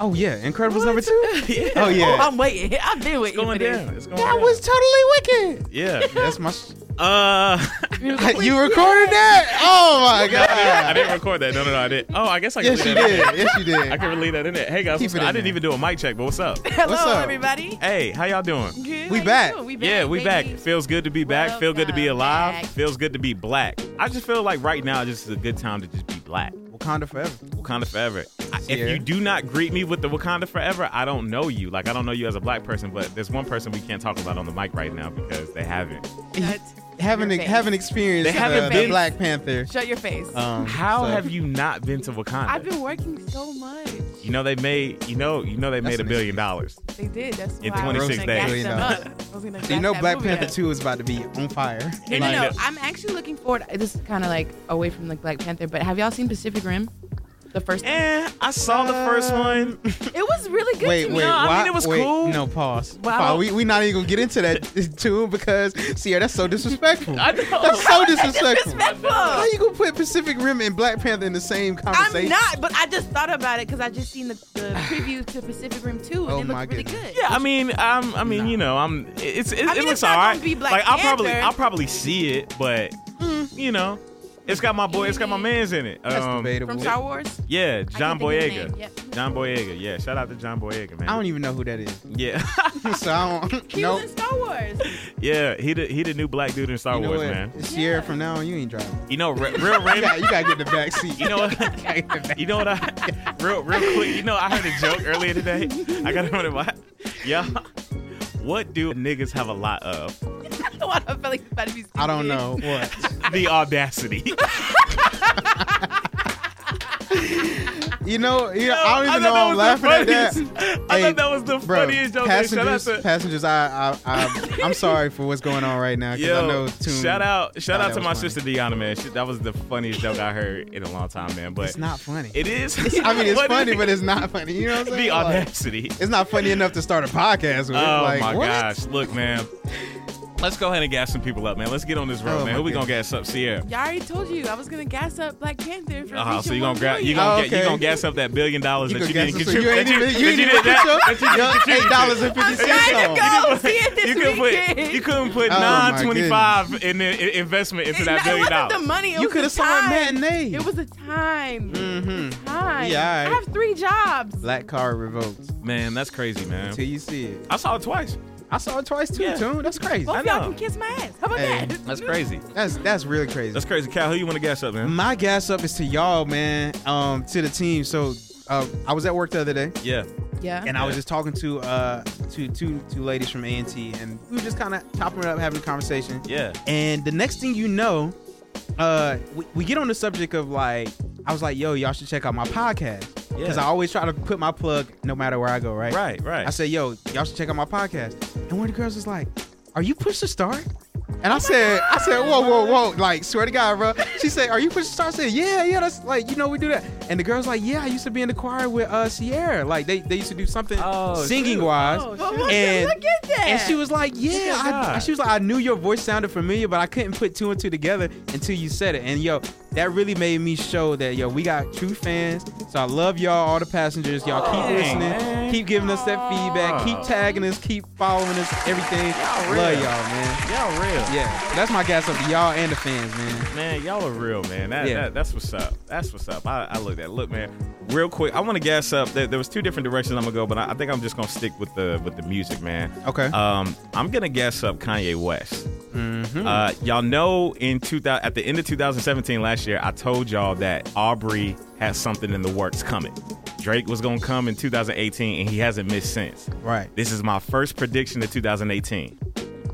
Oh yeah, Incredibles number What? two. Oh, yeah. Oh, I'm waiting. I've been waiting going for this. down. It's going That down. was totally wicked. yeah. That's my. Sh- Oh Uh, you recorded that? Oh my I god. didn't record that. No, no, no. I didn't. Oh, I guess I can. Yes, you leave that in did. there. Yes, you I did. can leave that in there. Hey guys, Keep what's it up? in I didn't there. even do a mic check, but what's up? Hello, What's up? everybody. Hey, how y'all doing? Good. We How you back. doing? We back. Yeah, we baby. back. Feels good to be back. Feel good to be Welcome alive. back. Feels good to be black. I just feel like right now just is a good time to just be black. Wakanda forever. Wakanda forever. I, if Sierra. you do not greet me with the Wakanda forever, I don't know you. Like I don't know you as a black person, but there's one person we can't talk about on the mic right now because they haven't. Shut Haven't e-, your face. haven't experienced They haven't uh, the been- Black Panther. Shut your face. Um, How so- have you not been to Wakanda? I've been working so much. you know they made. You know. You know they That's made a an billion dollars. They did. That's In why I was 26 gonna gas days. them up. I was gonna So you gas know that Black movie Panther up. Two is about to be on fire. No, no, no. Like- I'm actually looking forward. This is kind of like away from like Black Panther, but have y'all seen Pacific Rim? The first one. Eh, I saw the first one. It was really good. Wait, to wait, me. No, I why? mean, it was wait, cool. No, pause. Well, I Pause. don't- We we not even gonna get into that tune because Sierra, that's so disrespectful. I know. That's so disrespectful. Disrespectful. How you gonna put Pacific Rim and Black Panther in the same conversation? I'm not, but I just thought about it because I just seen the, the preview to Pacific Rim 2 and Oh it my looked really goodness. good. Yeah, I mean, I'm, I mean, Nah. you know, I'm. It's it, mean, it it's looks not all gonna right. be Black like I'll probably Panther. I'll probably see it, but you know, it's got my boy, it's got my man's in it. That's Um, debatable. From Star Wars? yeah, John think of his name, Boyega. yep. John Boyega. Yeah, shout out to John Boyega, man. I don't even know who that is. yeah, So I don't. He nope. was in Star Wars. yeah. He the he the new black dude in Star You know Wars, what? man. Sierra, Yeah. from now on, you ain't driving. You know, re- real You random. got, you gotta get in the back seat. You know what? Gotta get in the back. You know what I real real quick, you know I heard a joke earlier today. I gotta remember why. Yeah. What do niggas have a lot of? Why do I feel like he's about to be I don't stupid? know what. The audacity. You know, you know, I don't even know. I'm thought laughing that at was that. the funniest- I Hey, thought that was the Bro, funniest joke. man. Shout out passengers, to passengers, I, I, I, I'm sorry for what's going on right now because Yo, I know Tune. shout out, shout thought out that to was my funny. sister Deanna, man. She, that was the funniest joke I heard in a long time, man. But It's not funny. It is. I mean, it's What is funny, it? but it's not funny. You know what I'm the saying? Like, audacity. it's not funny enough to start a podcast with. Oh like, my what? gosh! Look, man. Let's go ahead and gas some people up, man. Let's get on this road, Oh, man. my Who we gonna gas up, Sierra? Y'all already told you I was going to gas up Black Panther for Uh, reaching so you gonna one grab, you billion. gonna Oh, get, you okay. gonna gas up that billion dollars You that could you guess didn't it, so contribute. you ain't that even you ain't that even did that- that you didn't get your contribute eight to. dollars and fifty I'm trying cents to off. go see it this you couldn't weekend. put you couldn't put Oh, my nine twenty five in the i- investment into It's that not- billion it wasn't dollars. the money. It You was the coulda saw a time. matinee. It was a time. Mhm. Time. Yeah, all I right. have three jobs. Black card revoked Man, that's crazy, man. until you see it. I saw it twice. I saw it twice too, Yeah. Tune. That's crazy. Both I of y'all know. can kiss my ass. How about Hey, that? That's crazy. That's that's really crazy. That's crazy. Cal, who you want to gas up, man? My gas up is to y'all, man. Um, to the team. So, uh, I was at work the other day. Yeah. Yeah. and I was just talking to uh to two two ladies from A and T, and we were just kind of chopping it up, having a conversation. Yeah. And the next thing you know, uh, we, we get on the subject of like, I was like, "Yo, y'all should check out my podcast," because Yeah. I always try to put my plug no matter where I go, right? Right, right. I said, "Yo, y'all should check out my podcast," and one of the girls was like, "Are you pushed to start?" Oh And I said, I said, whoa, whoa, whoa, like, swear to God, bro. She said, are you pushed to start? I said, yeah, yeah, that's like, you know, we do that. And the girl's like, yeah, I used to be in the choir with uh, Sierra. Like, they, they used to do something Oh, singing shoot. wise. Oh, But look, And- look at that. And she was like, "Yeah," at I, that. she was like, "I knew your voice sounded familiar, but I couldn't put two and two together until you said it." And yo, that really made me show that yo, we got true fans. So I love y'all, all the passengers. Y'all keep Dang, listening, man. keep giving us that feedback, keep tagging us, keep following us, everything. Ah. Y'all love real. y'all, man. Y'all real. Yeah, that's my gas up to y'all and the fans, man. Man, y'all are real, man. That, Yeah. that that's what's up. That's what's up. I, I look at look, man. Real quick, I want to gas up. There, there was two different directions I'm gonna go, but I, I think I'm just gonna stick with the with the music, man. Okay. Um, I'm gonna gas up Kanye West. Mm-hmm. Uh, y'all know in 2000 at the end of 2017 last year, I told y'all that Aubrey has something in the works coming. Drake was gonna come in 2018, and he hasn't missed since. right. This is my first prediction of 2018.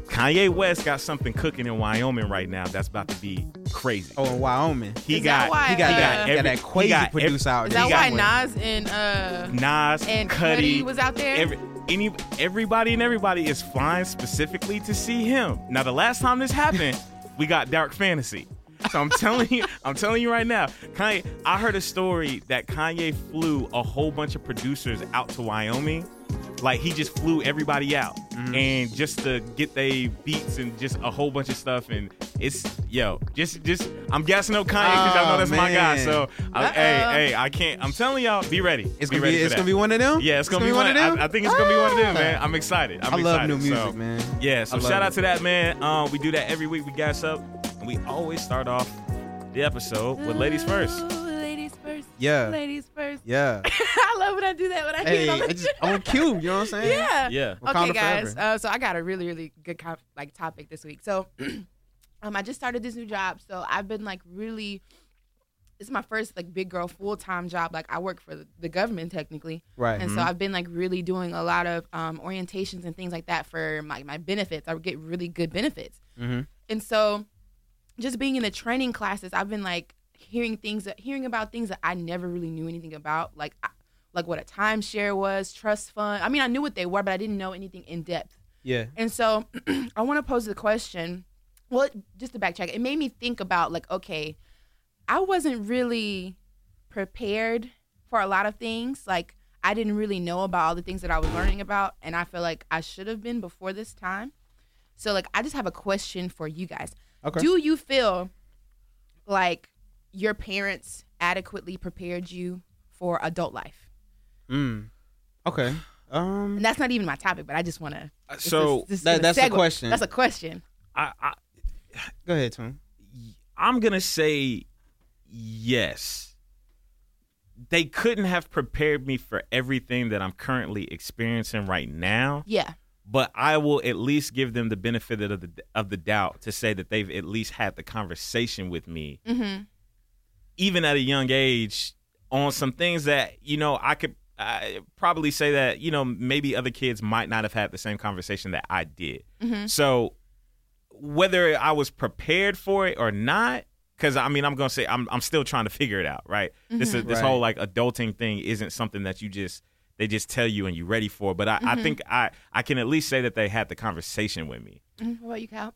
Kanye West got something cooking in Wyoming right now that's about to be crazy. Oh, in Wyoming. He Is that got why, he got, uh, he got Got every, Got that he crazy got every- producer out Is there. that He got why one. Nas and uh Nas and Cudi Cudi was out there? Every, any everybody and everybody is flying specifically to see him. Now the last time this happened, we got Dark Fantasy. So I'm telling you, I'm telling you right now, Kanye. I heard a story that Kanye flew a whole bunch of producers out to Wyoming. Like he just Mm-hmm. flew everybody out and just to get they beats and just a whole bunch of stuff and It's yo, just just I'm gassing up Kanye because y'all know Oh, that's my guy. man. So I, Uh-oh. hey hey, I can't. I'm telling y'all, be ready. It's be gonna be, ready for it's that. gonna be one of them. Ah! Yeah, it's gonna, be, one. of them. I, I think it's gonna be one of them, man. I'm excited. I'm I love excited. new music, So, man. Yeah, I so love shout out it. to that, man. Um, we do that every week. We gas up, and we always start off the episode with ladies first. Ooh, ladies first. Yeah. Ladies first. Yeah. I love when I do that when I hear hey, it on the I just on cue. You know what I'm saying? Yeah. Yeah. Wakanda okay, guys. forever. Uh, so I got a really, really good comp- like topic this week. So, um, I just started this new job. So I've been like really. This is my first like big girl full time job. Like I work for the, the government technically, Right. Mm, mm-hmm. and so I've been like really doing a lot of um, orientations and things like that for my my benefits. I get really good benefits. Mm-hmm. And so, just being in the training classes, I've been like hearing things, that, hearing about things that I never really knew anything about, like I- like what a timeshare was, trust fund. I mean, I knew what they were, but I didn't know anything in depth. Yeah. And so, I want to pose the question. Well, it- just to backtrack, it made me think about like, okay, I wasn't really prepared for a lot of things. Like, I didn't really know about all the things that I was learning about, and I feel like I should have been before this time. So, like, I just have a question for you guys. Okay. Do you feel like your parents adequately prepared you for adult life? Mm. Okay. Um. And that's not even my topic, but I just want to. So that- that's a question. That's a question. I, I Go ahead, Tom. I'm gonna say yes. They couldn't have prepared me for everything that I'm currently experiencing right now. Yeah. but I will at least give them the benefit of the of the doubt to say that they've at least had the conversation with me, Mm-hmm. even at a young age, on some things that you know I could I probably say that you know maybe other kids might not have had the same conversation that I did. Mm-hmm. So whether I was prepared for it or not, because I mean I'm gonna say I'm I'm still trying to figure it out, right? This Mhm. this Right. whole like adulting thing isn't something that you just they just tell you and you're ready for. But I, I Mhm. think I I can at least say that they had the conversation with me. What about you, Kyle?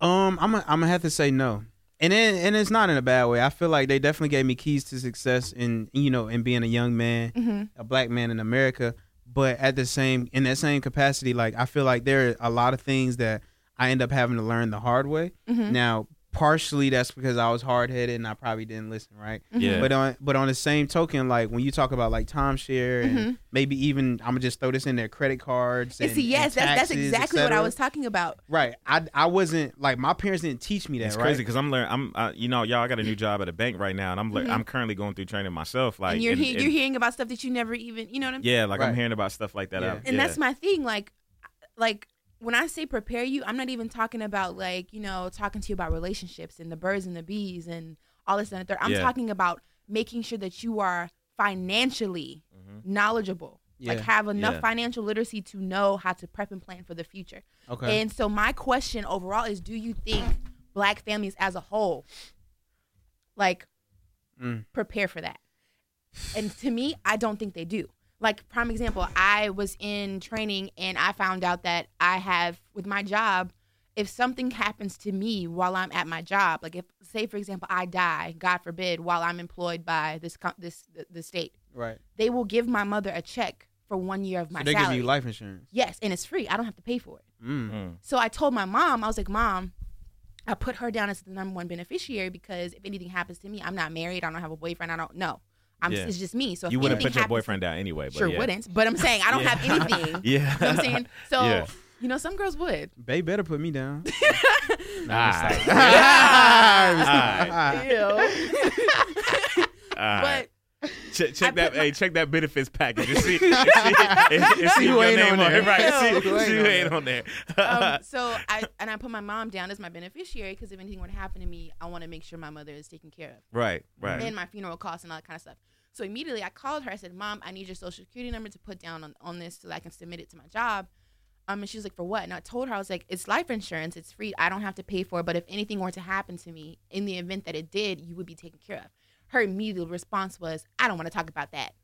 Um. I'm. i I'm gonna have to say no. And then, and it's not in a bad way. I feel like they definitely gave me keys to success in you know in being a young man, Mm-hmm. a black man in America. But at the same in that same capacity, like I feel like there are a lot of things that I end up having to learn the hard way. Mm-hmm. Now, partially that's because I was hard headed and I probably didn't listen, right? Mm-hmm. Yeah. But on but on the same token, like when you talk about like timeshare and Mhm. maybe even I'm gonna just throw this in there, credit cards. And, see, yes, and that's, that's taxes, exactly what I etc. was talking about. Right. I I wasn't like my parents didn't teach me that. It's right. crazy because I'm learning. I'm, uh, you know, y'all. I got a new job at a bank right now, and I'm, lear- Mhm. I'm currently going through training myself. Like, and you're and- he- and- you're hearing about stuff that you never even, you know what I'm saying? yeah, like I'm Right. hearing about stuff like that. Yeah. I- And yeah. that's my thing. Like, like when I say prepare you, I'm not even talking about like you know talking to you about relationships and the birds and the bees and all this and the third. I'm Yeah. talking about making sure that you are financially Mhm. knowledgeable. Like Yeah. have enough Yeah. financial literacy to know how to prep and plan for the future. Okay. And so my question overall is do you think black families as a whole like Mm. prepare for that? And to me, I don't think they do. Like prime example, I was in training and I found out that I have with my job if something happens to me while I'm at my job, like if say for example I die, God forbid, while I'm employed by this co- this the, the state, right. they will give my mother a check for 1 year of my So they salary. give you life insurance. yes, and it's free. I don't have to pay for it. Mm. Mm. So I told my mom, I was like, Mom, I put her down as the number one beneficiary because if anything happens to me, I'm not married. I don't have a boyfriend. I don't know. I'm Yeah. it's just me. So if You wouldn't anything put your happens- boyfriend down anyway. But Sure yeah. wouldn't. But I'm saying I don't Yeah. have anything. you know Yeah, what I'm saying? So Yeah. you know, some girls would. They better put me down. Nah, I'm just like- Alright. You know? All right. but check, I check that. put my- hey, check that benefits package. You see, you see, you see who your ain't name on on there. it, right? Yeah. See, Who ain't see on who ain't there. on there. um, so I and I put my mom down as my beneficiary because if anything were to happen to me, I want to make sure my mother is taken care of. right, right. and my funeral costs and all that kind of stuff. So immediately I called her. I said, Mom, I need your social security number to put down on, on this so that I can submit it to my job. Um, and she was like, For what? And I told her, I was like, It's life insurance. It's free. I don't have to pay for it. But if anything were to happen to me, in the event that it did, you would be taken care of. Her immediate response was, I don't want to talk about that.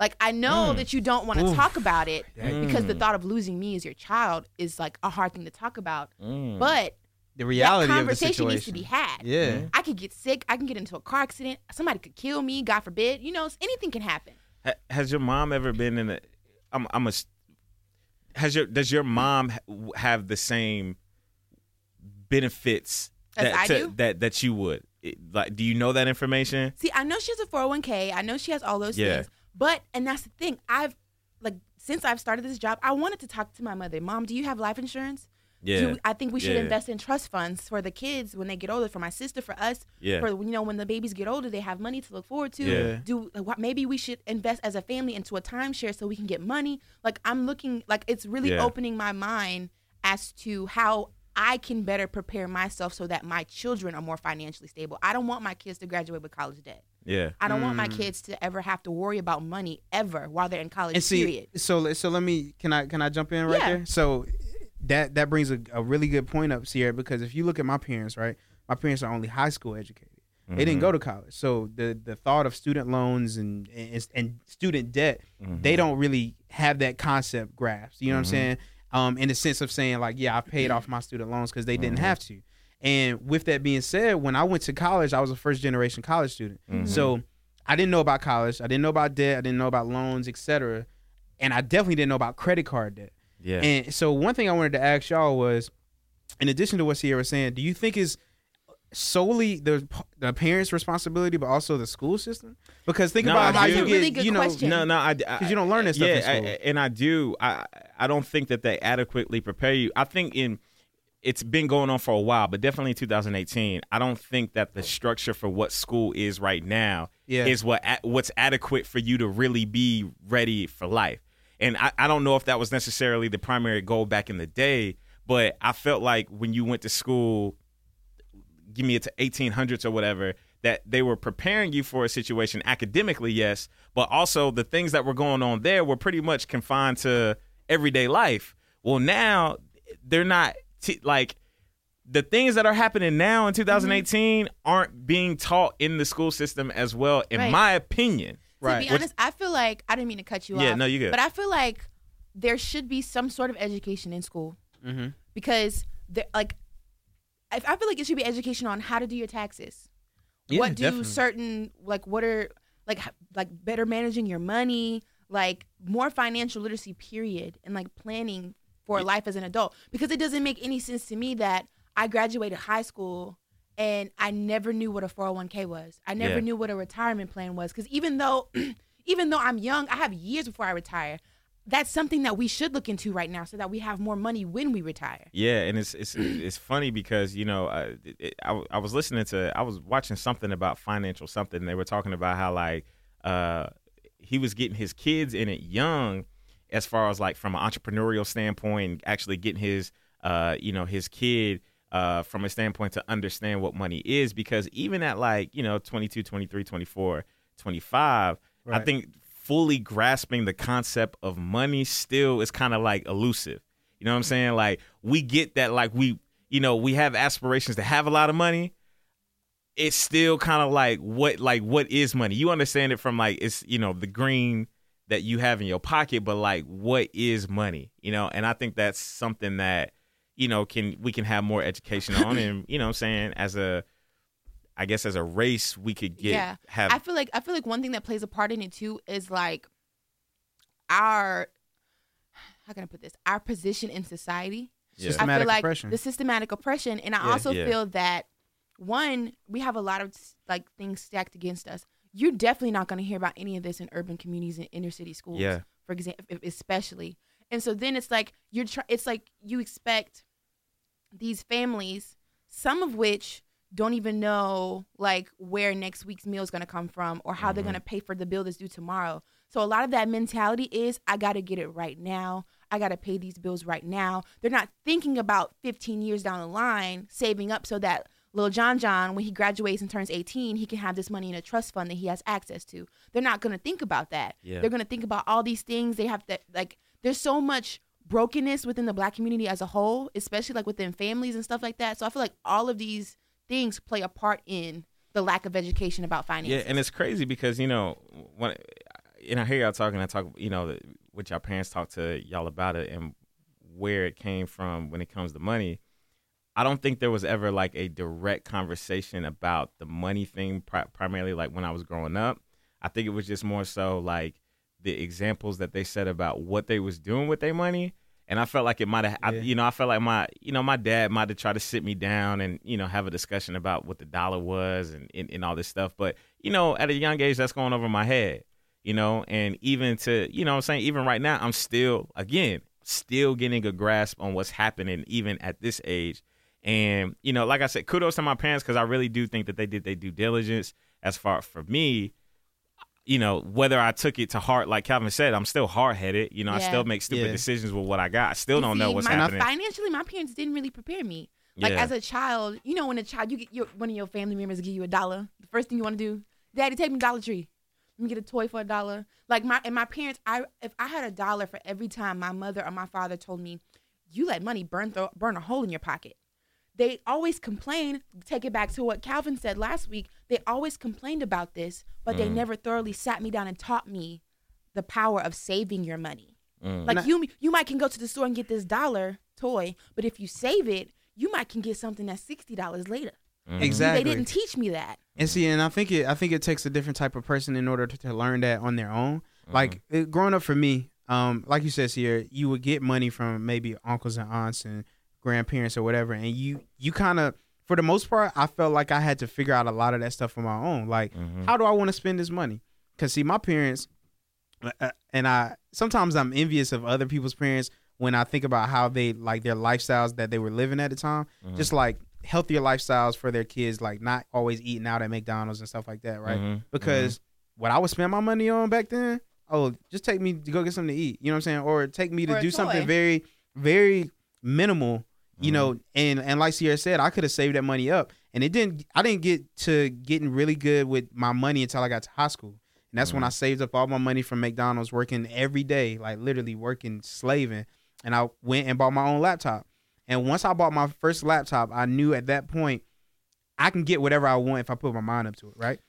Like, I know Mm. that you don't want to Oof. talk about it Yikes. because the Mm. thought of losing me as your child is like a hard thing to talk about. Mm. But the that reality of the conversation situation. needs to be had. yeah. Mhm. I could get sick. I can get into a car accident. Somebody could kill me. God forbid. You know, anything can happen. Ha- has your mom ever been in a? I'm, I'm a. s- Has your does your mom ha- have the same benefits As that I to- do? that that you would It- like? Do you know that information? See, I know she has a 401k. I know she has all those Yeah. things. But and that's the thing. I've like since I've started this job, I wanted to talk to my mother. Mom, do you have life insurance? Yeah, Do, I think we should Yeah. invest in trust funds for the kids when they get older. For my sister, for us, Yeah. for you know when the babies get older, they have money to look forward to. Yeah. Do like, what- maybe we should invest as a family into a timeshare so we can get money? Like I'm looking, like it's really Yeah. opening my mind as to how I can better prepare myself so that my children are more financially stable. I don't want my kids to graduate with college debt. yeah, I don't want my Mm. kids to ever have to worry about money ever while they're in college. and see, period. so let- so let me can I can I jump in right Yeah. there? So that that brings a, a really good point up, Sierra, because if you look at my parents, right, my parents are only high school educated. They Mm-hmm. didn't go to college, so the the thought of student loans and and, and student debt, Mm-hmm. they don't really have that concept grasped. You know what I'm saying? Um, in the sense of saying like, yeah, I paid off my student loans because they didn't have to. And with that being said, when I went to college, I was a first generation college student, so I didn't know about college, I didn't know about debt, I didn't know about loans, etc. And I definitely didn't know about credit card debt. Mm-hmm. yeah. And so one thing I wanted to ask y'all was, in addition to what Sierra was saying, do you think is solely the the parents' responsibility, but also the school system? Because think No, about I how do. you That's a get, really good you know, question. no, no, I, I because you don't learn this stuff yeah, in school. I- I- and I do. I I don't think that they adequately prepare you. I think in it's been going on for a while, but definitely in 2018, I don't think that the structure for what school is right now Yeah. is what a- what's adequate for you to really be ready for life. And I, I don't know if that was necessarily the primary goal back in the day, but I felt like when you went to school, give me it to 1800s or whatever that they were preparing you for a situation academically yes but also the things that were going on there were pretty much confined to everyday life well now they're not t- like the things that are happening now in 2018 aren't being taught in the school system as well in Right. my opinion right. To be honest, I feel like I didn't mean to cut you off. Yeah, no, you good. But I feel like there should be some sort of education in school Mm-hmm. Mhm. because there, like, I, I feel like it should be education on how to do your taxes. Yeah, what do definitely. certain like what are like h- like better managing your money, like more financial literacy period, and like planning for life as an adult because it doesn't make any sense to me that I graduated high school and I never knew what a 401k was. I never Yeah. knew what a retirement plan was because even though even though I'm young, I have years before I retire. That's something that we should look into right now so that we have more money when we retire. Yeah, and it's it's it's funny because you know uh, it- it, I I was listening to I was watching something about financial something. And they were talking about how like uh he was getting his kids in it young, as far as like from an entrepreneurial standpoint, actually getting his uh you know his kid. Uh, from a standpoint to understand what money is because even at like you know 22 23 24 25 i Right. think fully grasping the concept of money still is kind of like elusive you know what I'm saying? Like we get that like we you know, we have aspirations to have a lot of money. It's still kind of like what like what is money? You understand it from like it's you know, the green that you have in your pocket, but like what is money? You know, and I think that's something that you know, can we can have more education on and you know what I'm saying as a I guess as a race we could get Yeah. have I feel like I feel like one thing that plays a part in it too is like our how can I put this? Our position in society. Yeah. Just- I feel Systematic like oppression. the systematic oppression, and I Yeah. also Yeah. feel that one we have a lot of like things stacked against us. You're definitely not going to hear about any of this in urban communities and inner city schools. Yeah. For example, especially, and so then it's like you're try- It's like you expect these families, some of which don't even know like where next week's meal is going to come from or how they're Mm-hmm. going to pay for the bill that's due tomorrow. So a lot of that mentality is I got to get it right now. I got to pay these bills right now. They're not thinking about 15 years down the line saving up so that Lil John John, when he graduates and turns 18, he can have this money in a trust fund that he has access to. They're not going to think about that. Yeah. They're going to think about all these things. They have to, like, there's so much brokenness within the black community as a whole, especially like within families and stuff like that. So I feel like all of these things play a part in the lack of education about finance. Yeah, and it's crazy because you know when and I hear y'all talking, I talk you know what y'all parents talk to y'all about it and where it came from when it comes to money. I don't think there was ever like a direct conversation about the money thing pri- primarily like when I was growing up. I think it was just more so like the examples that they said about what they was doing with their money And I felt like it might have, I Yeah. you know, I felt like my, you know, my dad might have tried to sit me down and, you know, have a discussion about what the dollar was and, and, and all this stuff. But, you know, at a young age, that's going over my head, you know, and even to, you know what I'm saying, even right now, I'm still, again, still getting a grasp on what's happening, even at this age. And, you know, like I said, kudos to my parents because I really do think that they did their due diligence as far for me you know, whether I took it to heart, like Calvin said, I'm still hard headed. You know, I Yeah. still make stupid Yeah. decisions with what I got. I still You don't know see, what's my, happening. Financially, my parents didn't really prepare me. Like Yeah. as a child, you know, when a child, you get your, one of your family members give you a dollar. The first thing you want to do, Daddy, take me to Dollar Tree. Let me get a toy for a dollar. Like my and my parents, I if I had a dollar for every time my mother or my father told me, you let money burn thro- burn a hole in your pocket. They always complain. Take it back to what Calvin said last week. They always complained about this, but Mm. they never thoroughly sat me down and taught me the power of saving your money. Like And I- you, you might can go to the store and get this dollar toy, but if you save it, you might can get something that's sixty dollars later. Mm-hmm. Exactly. Mm-hmm. They didn't teach me that. And see, and I think it, I think it takes a different type of person in order to, to learn that on their own. Like Mm-hmm. it, growing up for me, um, like you said, Sierra, you would get money from maybe uncles and aunts and grandparents or whatever, and you you kind of, for the most part, I felt like I had to figure out a lot of that stuff on my own. Like, Mm-hmm. Mm-hmm. how do I want to spend this money? Because see, my parents, uh, uh, and I sometimes I'm envious of other people's parents when I think about how they like their lifestyles that they were living at the time, just like healthier lifestyles for their kids, like not always eating out at McDonald's and stuff like that, right? Mhm, Because what I would spend my money on back then, oh, just take me to go get something to eat, you know what I'm saying, or take me Or to a do something toy. very, very minimal. You Mhm. know, and and like Sierra said, I could have saved that money up, and it didn't. I didn't get to getting really good with my money until I got to high school. And that's when I saved up all my money from McDonald's, working every day, like literally working, slaving. And I went and bought my own laptop. And once I bought my first laptop, I knew at that point I can get whatever I want if I put my mind up to it, right?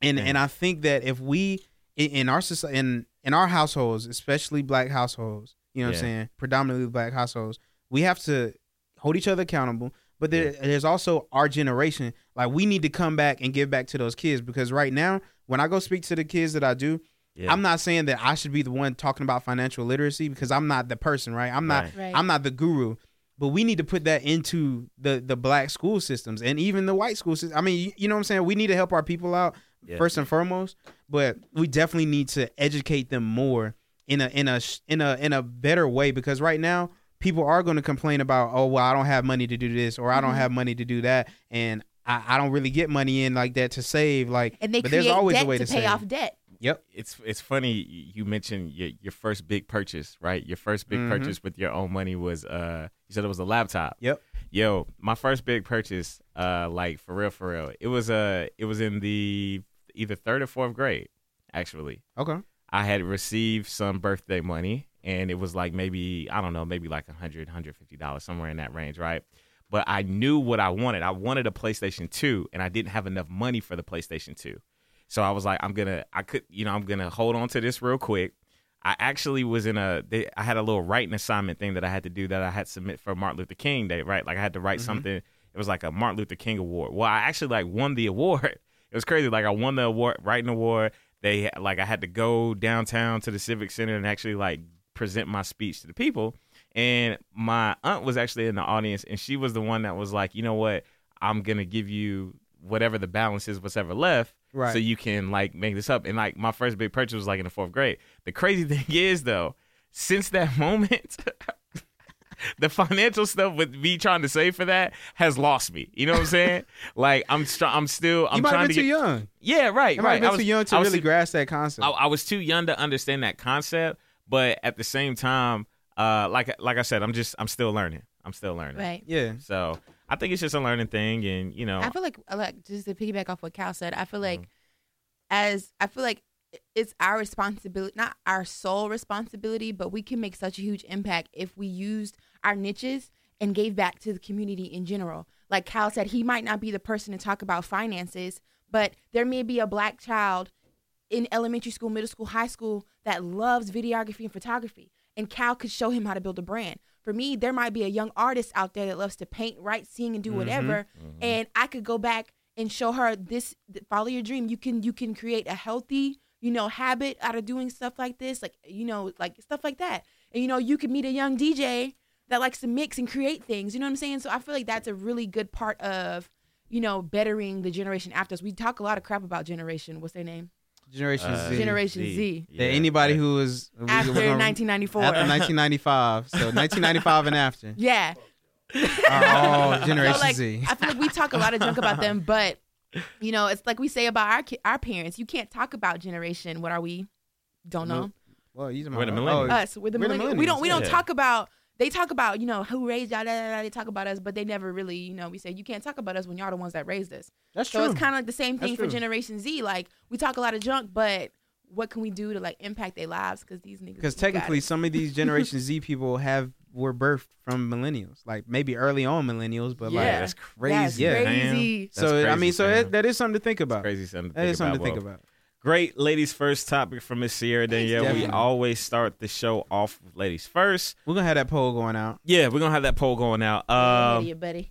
And Yeah. and I think that if we in, in our society, in in our households, especially black households, you know what Yeah. I'm saying, predominantly black households, we have to hold each other accountable. But there, there's also our generation. Like we need to come back and give back to those kids because right now, when I go speak to the kids that I do, yeah. I'm not saying that I should be the one talking about financial literacy because I'm not the person, right? I'm not Right. Right. I'm not the guru. But we need to put that into the the black school systems and even the white school system. I mean, you, you know what I'm saying? We need to help our people out Yeah. first and foremost, but we definitely need to educate them more in a in a sh- in a in a better way because right now people are going to complain about, "Oh, well, I don't have money to do this or I Mm-hmm. don't have money to do that." And I, I don't really get money in like that to save like And they but create there's always debt a way to, to, pay save. off debt. Yep. it's it's funny you you mentioned your, your first big purchase, right? Your first big Mhm. purchase with your own money was uh you said it was a laptop. Yep. Yo, my first big purchase, uh like for real, for real. It was uh it was in the either third or fourth grade, actually. Okay. I had received some birthday money and it was like maybe, I don't know, maybe like 100 $150, somewhere in that range, right? But I knew what I wanted. I wanted a PlayStation 2 and I didn't have enough money for the PlayStation 2. So I was like, I'm gonna, I could, you know, I'm gonna hold on to this real quick. I actually was in a, they, I had a little writing assignment thing that I had to do that I had to submit for Martin Luther King Day, right? Like I had to write something. It was like a Martin Luther King award. Well, I actually like won the award. It was crazy. Like I won the award, writing award. They like I had to go downtown to the Civic Center and actually like present my speech to the people. And my aunt was actually in the audience, and she was the one that was like, you know what, I'm gonna give you whatever the balance is, whatever left, Right. so you can like make this up. And like my first big purchase was like in the fourth grade. The crazy thing is though, since that moment. The financial stuff with me trying to save for that has lost me. You know what I'm saying? like I'm, str- I'm still, I'm you might trying have to been get. too young. Yeah, right, You might right. have I been was- too young to I was really too- grasp that concept. I, I was too young to understand that concept, but at the same time, uh, like like I said, I'm just I'm still learning. I'm still learning. Right. yeah. So I think it's just a learning thing, and you know, I feel like, like just to piggyback off what Cal said, I feel like as I feel like it's our responsibility, not our sole responsibility, but we can make such a huge impact if we used our niches and gave back to the community in general. Like Cal said, he might not be the person to talk about finances, but there may be a black child in elementary school, middle school, high school that loves videography and photography. And Cal could show him how to build a brand. For me, there might be a young artist out there that loves to paint, write, sing, and do whatever. And I could go back and show her this th- follow your dream. You can you can create a healthy, you know, habit out of doing stuff like this, like you know, like stuff like that. And you know, you could meet a young DJ that likes to mix and create things. You know what I'm saying? So I feel like that's a really good part of, you know, bettering the generation after us. We talk a lot of crap about generation. What's their name? mm-hmm. Generation Uh, Z. Generation Z. That anybody who was who was After around- 1994. um, after 1995, so 1995 and after yeah. are all Generation so like, uh, Z. I feel like we talk a lot of junk about them, but you know, it's like we say about our ki- our parents. You can't talk about generation. What are we? Don't know. Well, you We're the millennials. Us. We're the, We're the millennials. We don't. We don't millennials, yeah. talk about. They talk about you know who raised y'all. Da, da, da, they talk about us, but they never really you know. We say you can't talk about us when y'all the ones that raised us. That's So true. it's kind of like the same That's thing for true. Generation Z. Like we talk a lot of junk, but what can we do to like impact their lives? Because these niggas. because we got technically it. some of these generation z people have were birthed from millennials like maybe early on millennials but Yeah. like That's That's crazy yeah crazy. so That's i crazy, mean so fam. it, that is something to think about crazy something. To that think is something about, to think Will. about Great ladies first topic from Miss Sierra Danielle. We Definitely. always start the show off with ladies first. we're gonna have that poll going out Yeah, we're gonna have that poll going out. Yeah, Um, yeah, buddy.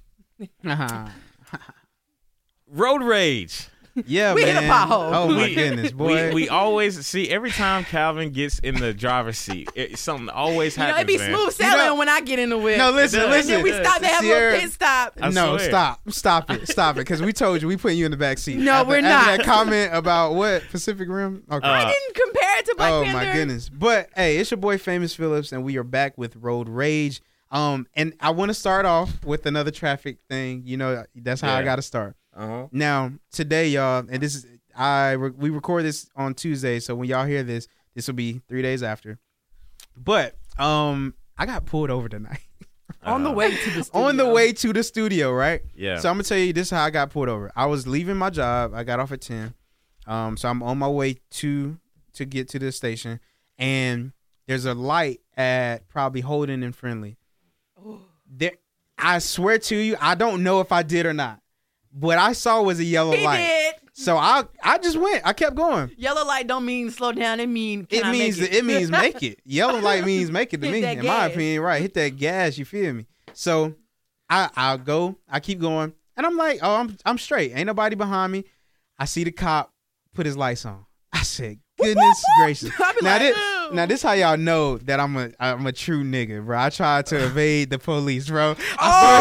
road rage. yeah We hit a man. pothole. oh my We- goodness boy We, we always see every time Calvin gets in the driver's seat, it, something always You know, it happens. be man. smooth sailing know- when I get in the whip. no listen And and listen then we stop to have a Sierra- little pit stop. I no, swear. stop, stop it, stop it, because we told you we putting you in the back seat. No, After- we're after not. That comment about what Pacific Rim? Okay, Uh, I didn't compare it to Black oh Panther. my goodness but hey it's your boy famous phillips and we are back with road rage um and i want to start off with another traffic thing you know that's how i Yeah. gotta start Uh-huh. now today y'all and this is i re- we record this on tuesday so when y'all hear this this will be three days after but um i got pulled over tonight On the Uh, way to the studio. on the way to the studio right Yeah. so I'm gonna tell you this is how I got pulled over. I was leaving my job. I got off at ten. Um, so I'm on my way to to get to the station, and there's a light at probably Holden and Friendly. There, I swear to you, I don't know if I did or not. What I saw was a yellow He light. did. So I I just went. I kept going. Yellow light don't mean slow down. It mean can it I make means it means make it. Yellow light means make it to Hit me, that in my gas. opinion. Right, hit that gas. You feel me? So I I'll go. I keep going, and I'm like, oh, I'm I'm straight. Ain't nobody behind me. I see the cop put his lights on. I said, goodness gracious. I be Now like, this "Ooh." now this how y'all know that I'm a I'm a true nigga, bro. I tried to evade the police, bro. Oh, I swear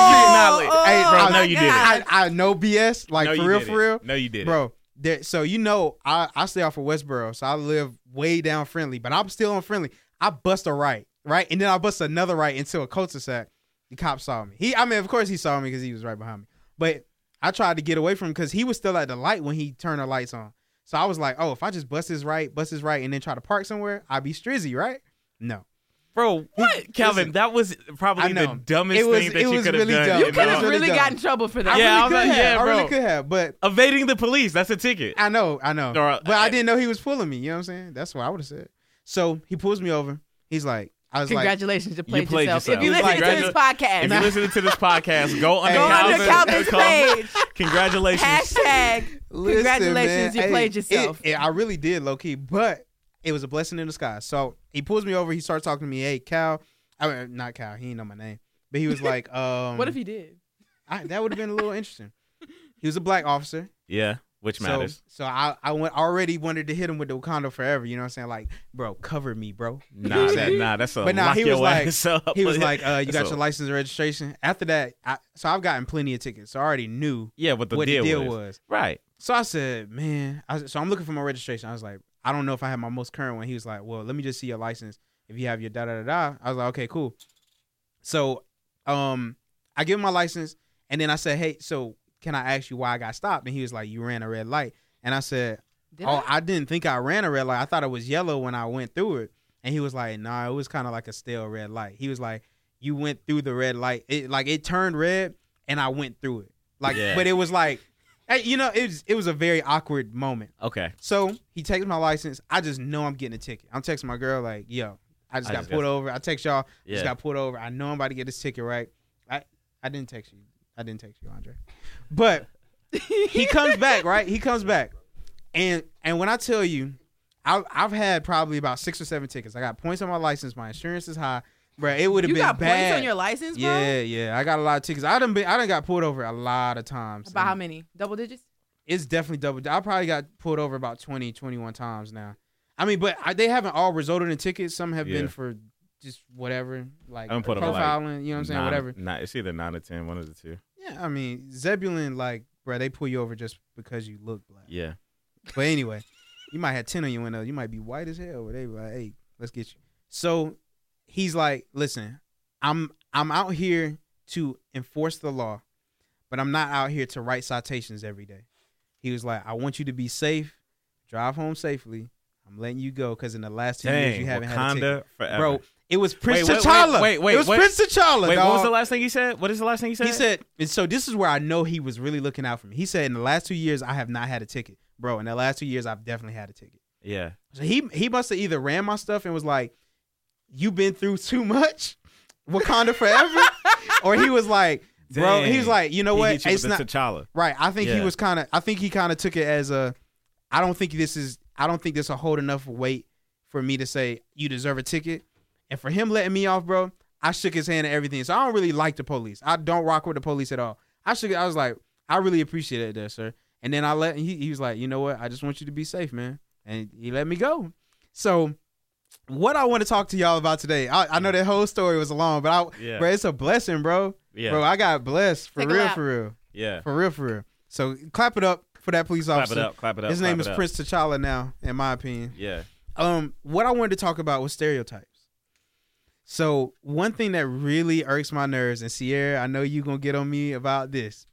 to you, oh, Hey, oh, bro, no, my you didn't. God. I, I know BS, like no, for you real, did for it. real No, you did, bro. There, so you know, I I stay off of Westboro, so I live way down friendly, but I'm still on friendly. I bust a right, right, and then I bust another right into a cul-de-sac. The cop saw me. He, I mean, of course he saw me because he was right behind me. But I tried to get away from him because he was still at the light when he turned the lights on. So I was like, oh, if I just bust his right, bust his right, and then try to park somewhere, I'd be strizzy, right? No, it, bro. What, Calvin? Listen. that was probably I the know. dumbest It was- thing that it you was could have really done. dumb. in You It could have was your life. really really got dumb. in trouble for I that. Yeah, really I'm could like, have. yeah, I bro. really could have, but evading the police. That's a ticket. I know, I know. Or, uh, but I, didn't know he was pulling me. You know what I'm saying? That's what I would have said. So he pulls me over. He's like, I was like, Congratulations, you played, played yourself. yourself. If you You listen to played this If you're podcast, listening to this podcast, go under Go go under to Calvin's Calvin. page. Congratulations. Hashtag. Listen, Congratulations, man, you hey, played yourself. it- it- I really did, low key, but it was a blessing in disguise. So he pulls me over. He starts talking to me. Hey, Cal. I mean, not Cal. He ain't know my name, but he was like, um, What if you did? I, that would have been a little interesting. He was a black officer. Yeah, which So, matters. so I, I went, already wanted to hit him with the Wakanda forever. You know what I'm saying? Like, bro, cover me, bro. Nah, that, Exactly. nah, that's a But nah, lock he was your like- ass up. He was like, uh, you That's got your a- license and registration. After that, I, so I've gotten plenty of tickets. So I already knew yeah, what the, what deal, the deal was. was. Right. So I said, man, I, was- so I'm looking for my registration. I was like, I don't know if I have my most current one. He was like, well, let me just see your license. If you have your da da da da, I was like, okay, cool. So, um, I give him my license, and then I said, hey, so can I ask you why I got stopped? And he was like, you ran a red light, and I said, Did oh, I? I? didn't think I ran a red light. I thought it was yellow when I went through it. And he was like, nah, it was kind of like a stale red light. He was like, you went through the red light. It like it turned red and I went through it. Like, Yeah. but it was like, hey, you know, it was it was a very awkward moment. Okay. So he takes my license. I just know I'm getting a ticket. I'm texting my girl like, yo, I just I got just got- pulled over. I text y'all, I Yeah. just got pulled over. I know I'm about to get this ticket, right? I I didn't text you. I didn't text you, Andre. But he comes back, right? He comes back. And and when I tell you, I I've had probably about six or seven tickets. I got points on my license. My insurance is high. Bruh, it would have You been got bad. points on your license, bro? yeah, yeah. I got a lot of tickets. I done been I done got pulled over a lot of times. About And- how many? Double digits? it's definitely double. I probably got pulled over about 20, 21 times now. I mean, but I, they haven't all resulted in tickets. Some have Yeah. been for just whatever. Like I'm put up a like profiling, you know what I'm saying? Nine- Whatever. Nah, it's either nine or ten, one of the two. Yeah, I mean Zebulon, like, bruh, they pull you over just because you look black. Yeah. But anyway, you might have 10 on your window. You might be white as hell. But they be like, hey, let's get you. So he's like, listen, I'm I'm out here to enforce the law, but I'm not out here to write citations every day. He was like, I want you to be safe, drive home safely. I'm letting you go because in the last two years Dang, you haven't had a ticket. Wakanda forever. Bro, it was Prince wait, wait, T'Challa. wait, wait, It was wait. Prince T'Challa. Wait, what was dawg. the last thing he said? What is the last thing he said? He said, and so this is where I know he was really looking out for me. He said, in the last two years, I have not had a ticket, bro. In the last two years, I've definitely had a ticket. Yeah. So he he must have either ran my stuff and was like, "You've been through too much, Wakanda forever," or he was like, "Bro," he was Dang. like, "You know He what? hit you with It's the not T'Challa. right." I think he Yeah. was kind of. I think he kind of took it as a. I don't think this is. I don't think this will hold enough weight for me to say you deserve a ticket, and for him letting me off, bro. I shook his hand and everything. So I don't really like the police. I don't rock with the police at all. I shook. I was like, I really appreciate it there, sir. And then I let he, he was like, you know what? I just want you to be safe, man. And he let me go. So what I want to talk to y'all about today, I, I know that whole story was long, but I Yeah. bro, it's a blessing, bro. Yeah. Bro, I got blessed for Take a real, lap. for real. yeah. For real, for real. So clap it up for that police Clap officer. it up. Clap it up. His name clap is it up. Prince T'Challa now, in my opinion. Yeah. Um, what I wanted to talk about was stereotypes. So one thing that really irks my nerves, and Sierra, I know you gonna get on me about this,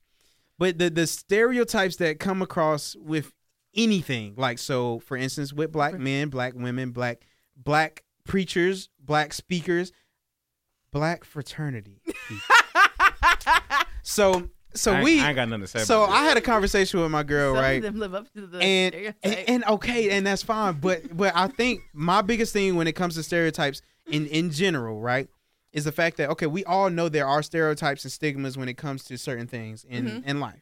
but the the stereotypes that come across with anything, like so, for instance, with black men, black women, black black preachers, black speakers, black fraternity. people. so so I ain't- we I ain't got nothing to say. so about I had a conversation with my girl, Some right? of them live up to the and, and stereotype. and okay, and that's fine. But but I think my biggest thing when it comes to stereotypes in in general, right, is the fact that okay, we all know there are stereotypes and stigmas when it comes to certain things in Mhm. in life.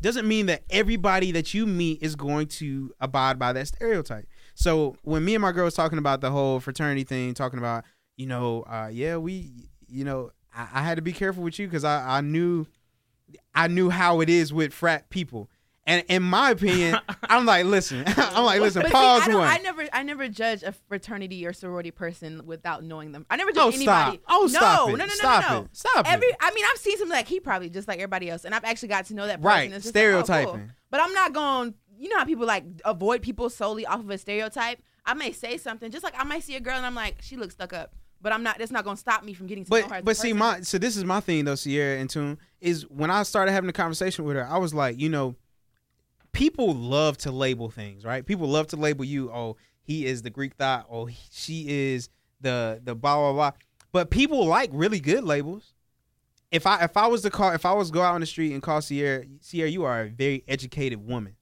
Doesn't mean that everybody that you meet is going to abide by that stereotype. So when me and my girl was talking about the whole fraternity thing, talking about you know, uh, yeah, we, you know, I, I had to be careful with you because I, I knew, I knew how it is with frat people, and in my opinion, I'm like, listen, I'm like, listen, But see, pause I don't- one. I never, I never judge a fraternity or sorority person without knowing them. I never judge oh anybody. stop! Oh no, stop! it. no, no, no, stop no, no. it! Stop Every, it! I mean, I've seen something like he probably just like everybody else, and I've actually got to know that person. Right, It's just like, oh, cool. stereotyping. But I'm not going. You know how people like avoid people solely off of a stereotype. I may say something, just like I might see a girl and I'm like, she looks stuck up, but I'm not. That's not going to stop me from getting to know her. as But a but see person. my so this is my thing though, Sierra and Tune is when I started having a conversation with her, I was like, you know, people love to label things, right? People love to label you. Oh, he is the Greek thought. Oh, he- she is the the blah blah blah. But people like really good labels. If I if I was to call if I was to go out on the street and call Sierra Sierra, you are a very educated woman,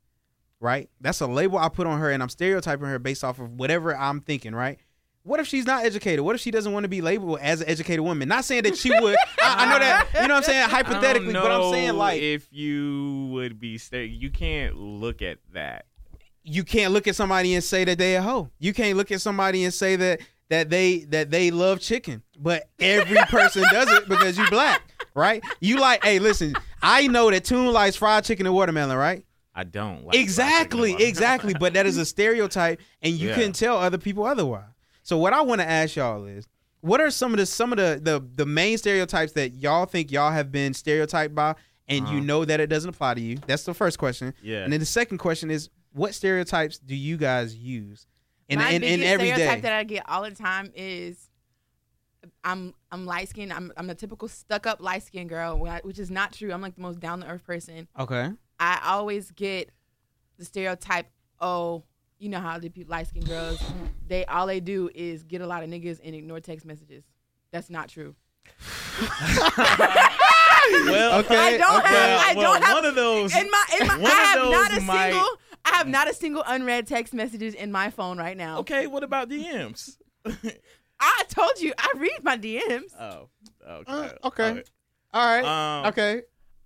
right? That's a label I put on her, and I'm stereotyping her based off of whatever I'm thinking, right? What if she's not educated? What if she doesn't want to be labeled as an educated woman? Not saying that she would. I, I know that you know what I'm saying I don't hypothetically, but I'm saying know like if you would be sta you can't look at that. you can't look at somebody and say that they a hoe. You can't look at somebody and say that that they that they love chicken. But every person does it because you black, right? You like, hey, listen, I know that Tune likes fried chicken and watermelon, right? I don't exactly, like I think about it. exactly. But that is a stereotype, and you Yeah. can tell other people otherwise. So what I want to ask y'all is, what are some of the some of the the, the main stereotypes that y'all think y'all have been stereotyped by, and you Uh-huh. know that it doesn't apply to you? That's the first question. Yeah. And then the second question is, what stereotypes do you guys use in my in, in biggest every day? stereotype that I get all the time is I'm I'm light skinned. I'm I'm a typical stuck up light skinned girl, wh- which is not true. I'm like the most down to earth person. okay. I always get the stereotype. Oh, you know how the light skinned girls they all they do is get a lot of niggas and ignore text messages. That's not true. Well, Okay, I don't okay. have- I well, don't have- one of those. In my, in my One of I have not a those might- single. I have not a single unread text messages in my phone right now. okay, what about DMs? I told you I read my DMs. oh, okay. Uh, okay. All right. Um, okay.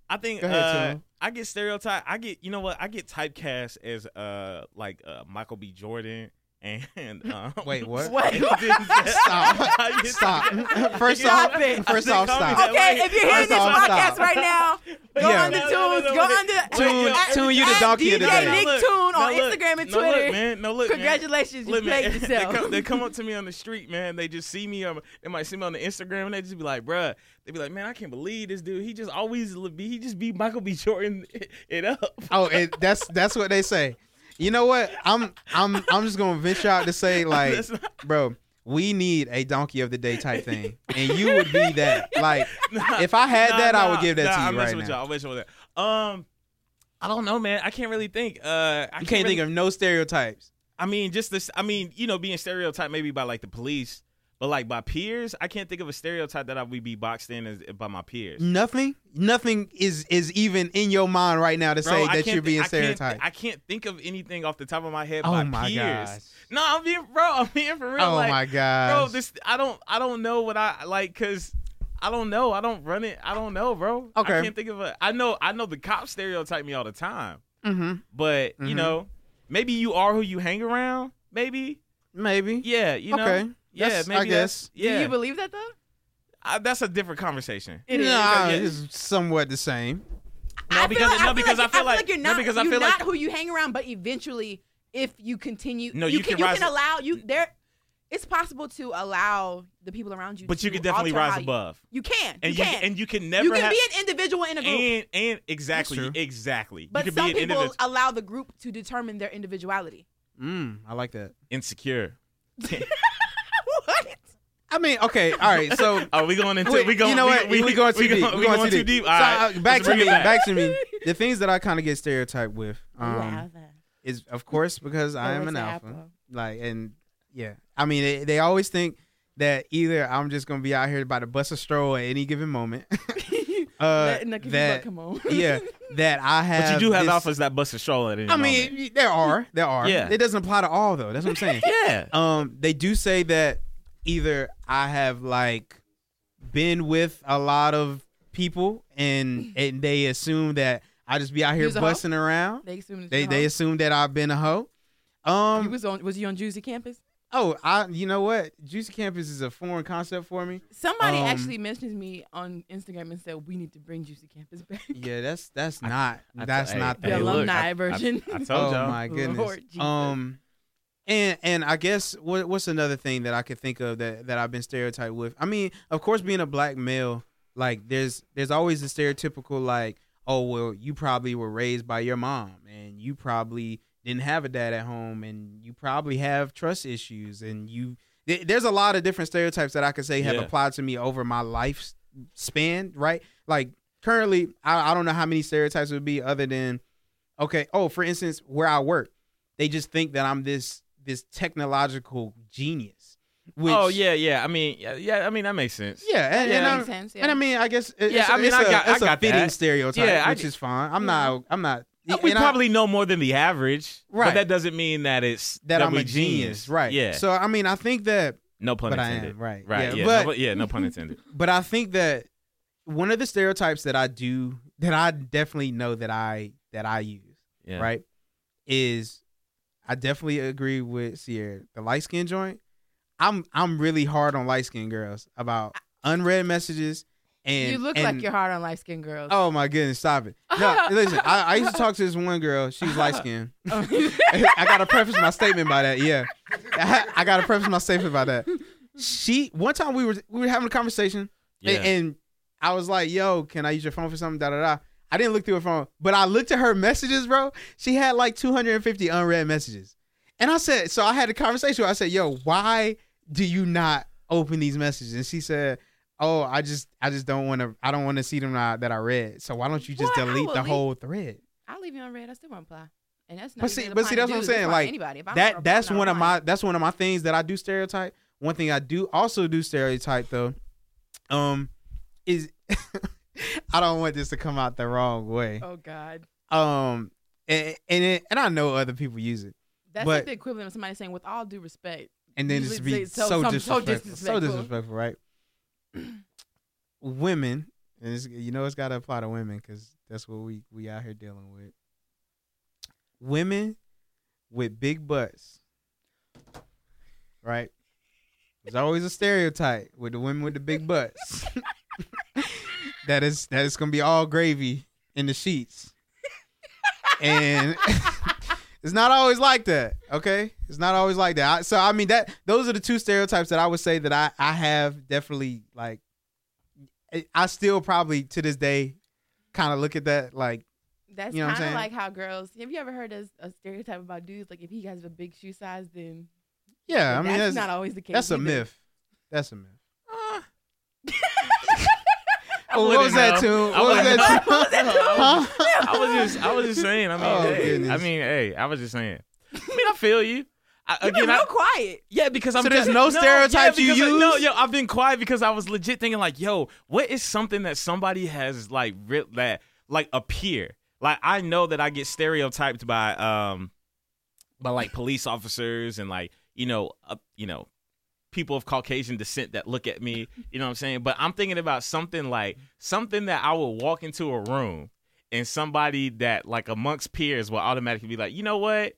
I think Go ahead, uh, Tuna. I get stereotyped. I get you know what? I get typecast as uh like uh Michael B. Jordan And um, Wait, what? What? it didn't say- Stop. I just- Stop. First Stop off, it. first I off, stop. think I'll be that way. Okay, if you're hearing First this off, podcast stop. right now, go Yeah. on the No, no, no, tunes, no, go wait. on the Tune- at- tune you to at Donkey of the DJ Day. Nick Look, Tune no, on look, Instagram and no, Twitter. Look, man, no look, man. Congratulations, you Look, man, played they, yourself. come, they come up to me on the street, man. They just see me. Um, they might see me on the Instagram, and they just be like, "Bruh," they be like, "Man, I can't believe this dude. He just always li- be. He just be Michael B. Jordan it up." Oh, and that's that's what they say. You know what? I'm I'm I'm just gonna venture out to say like, That's not- bro, we need a donkey of the day type thing, and you would be that. Like, if I had Nah, that, I nah, would give that nah, to you I'm right messing now. with y'all. I'm messing with that. Um, I don't know, man. I can't really think. Uh, I You can't really- think of no stereotypes. I mean, just this. I mean, you know, being stereotyped maybe by like the police, but like by peers, I can't think of a stereotype that I would be boxed in as, by my peers. Nothing. Nothing is is even in your mind right now to Bro, say I that can't you're thi- being I can't thi- stereotyped. I can't think of anything off the top of my head. oh by my peers. gosh. No, I'm being bro. I'm being for real. Oh like, my bro, gosh. this I don't I don't know what I like because I don't know. I don't run it. I don't know, bro. Okay. I can't think of a. I know. I know the cops stereotype me all the time, hmm but Mhm. you know, maybe you are who you hang around. Maybe. Maybe. Yeah. You know. Okay. Yeah. That's- I maybe guess. that's- Do yeah. you believe that though? I, that's a different conversation. It is. nah, Yeah. it's somewhat the same. No, I because feel, no, because I feel like you're no, not. because I you're feel not like who you hang around, but eventually, if you continue, No, you, you can, can you rise can up. allow you there. It's possible to allow the people around you, but you to can definitely alter how rise you- above, You can, and you you can, and you can never you can have, be an individual in a group. and and exactly true. exactly. but you can some be an people individual. allow the group to determine their individuality. Mm, I like that. insecure. what? I mean, okay, all right. So Are we going into Wait, we going? you know we, what? We, We, we going too we deep. Going, we we going, too deep. All right, so, uh, back let's to bring me. it Back. to me. The things that I kind of get stereotyped with um, is, of course, because I am Always an an alpha. alpha. Like, and yeah, I mean, they, they always think that either I'm just gonna be out here about to bust a stroll at any given moment. uh, that come on. yeah, that I have. But you do have this- alphas that bust a stroll at any I mean, moment. there are, there are. Yeah. it doesn't apply to all though. That's what I'm saying. yeah. Um, they do say that either I have like been with a lot of people and and they assume that I just be out here You's a hoe? busting around. they assume that They you're they home. assume that I've been a hoe. You Um was on was you on Juicy campus? oh I you know what Juicy Campus is a foreign concept for me. Somebody Um, actually mentioned me on Instagram and said we need to bring Juicy Campus back. Yeah, that's that's not that's hey, not The the hey, look. look, alumni I- I- version. I, told Oh y'all. my goodness. Lord Jesus. Um, and and I guess what what's another thing that I could think of that that I've been stereotyped with? I mean, of course, being a black male, like there's there's always the stereotypical like, oh well, you probably were raised by your mom, and you probably didn't have a dad at home, and you probably have trust issues, and you there- there's a lot of different stereotypes that I could say have Yeah. applied to me over my life span, right? Like currently, I, I don't know how many stereotypes would be other than, okay, oh, for instance, where I work, they just think that I'm this this technological genius. Which, oh yeah, yeah. I mean, yeah, yeah. I mean, that makes sense. yeah, and, Yeah, and That I'm- makes sense, yeah. and I mean, I guess it's, Yeah, I mean, it's I a- got- I it's a got fitting that. stereotype, Yeah, I which get- is fine. I'm Yeah. not, I'm not. we and I- probably know more than the average, Right. But that doesn't mean that it's that, I'm we a genius, right? Yeah. So I mean, I think that, no pun but I intended. am, right? Right. Yeah. yeah no, but but yeah. No pun intended. but I think that one of the stereotypes that I do that I definitely know that I that I use Yeah. right is I definitely agree with Sierra the light skin joint. I'm I'm really hard on light skin girls about unread messages and you look and- like you're hard on light skinned girls. Oh my goodness! Stop it. No, listen. I, I used to talk to this one girl. She was light skinned I gotta preface my statement by that. Yeah, I, I gotta preface my statement by that. She one time we were we were having a conversation Yeah. and, and I was like, "Yo, can I use your phone for something?" Da da da. I didn't look through her phone, but I looked at her messages, bro. She had like 250 unread messages, and I said, "So I had a conversation. Where I said, "Yo, why do you not open these messages?" And she said. Oh, I just, I just don't want to. I don't want to see them that I, that I read. So why don't you just Well, I delete will the leave- whole thread? I'll leave you on red. I still won't apply. And that's not. But see- even but see, that's applying to what I'm dudes, saying, apply to like, anybody. If I'm not that applying, that's I'm one of not my that's one of my things that I do stereotype. One thing I do also do stereotype though, um, is I don't want this to come out the wrong way. applying. Oh God, Um, and and, it, and I know other people use it, that's But- like the equivalent of somebody saying, "With all due respect." and then You just would be say so, so- some- so disrespectful, so disrespectful. disrespectful, right? women, and it's, you know it's got to apply to women because that's what we we out here dealing with. Women with big butts right? There's always a stereotype with the women with the big butts. that is that is gonna be all gravy in the sheets. And it's not always like that. Okay? It's not always like that. I, so I mean that those are the two stereotypes that I would say that I, I have definitely like I- I still probably to this day kind of look at that like That's You know what I'm kind of saying? like how girls. Have you ever heard a, a stereotype about dudes? Like if he has a big shoe size, then yeah, I mean that's, that's not always the case. that's a either. myth. That's a myth. Uh, I Oh, what wouldn't was that know. tune? I What was wouldn't that know. tune? Huh? I was just, I was just saying. I mean, Oh, hey, I goodness. mean, hey, I was just saying. I mean, I feel you. I, You've been again, I, real quiet. yeah, because I'm. So there's just- no stereotypes you because I- no, use? yo, I've been quiet because I was legit thinking like, yo, what is something that somebody has like re- that like a peer? Like I know that I get stereotyped by um by like police officers and like you know uh, you know people of Caucasian descent that look at me. You know what I'm saying? But I'm thinking about something like something that I would walk into a room and somebody that like amongst peers will automatically be like, you know what?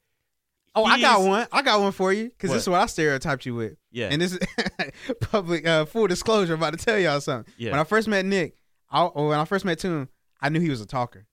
Oh, I got He's- one. I got one for you because this is What? what I stereotyped you with. Yeah. And this is public uh, full disclosure. I'm about to tell y'all something. Yeah. When I first met Nick, I, or when I first met Tune, I knew he was a talker.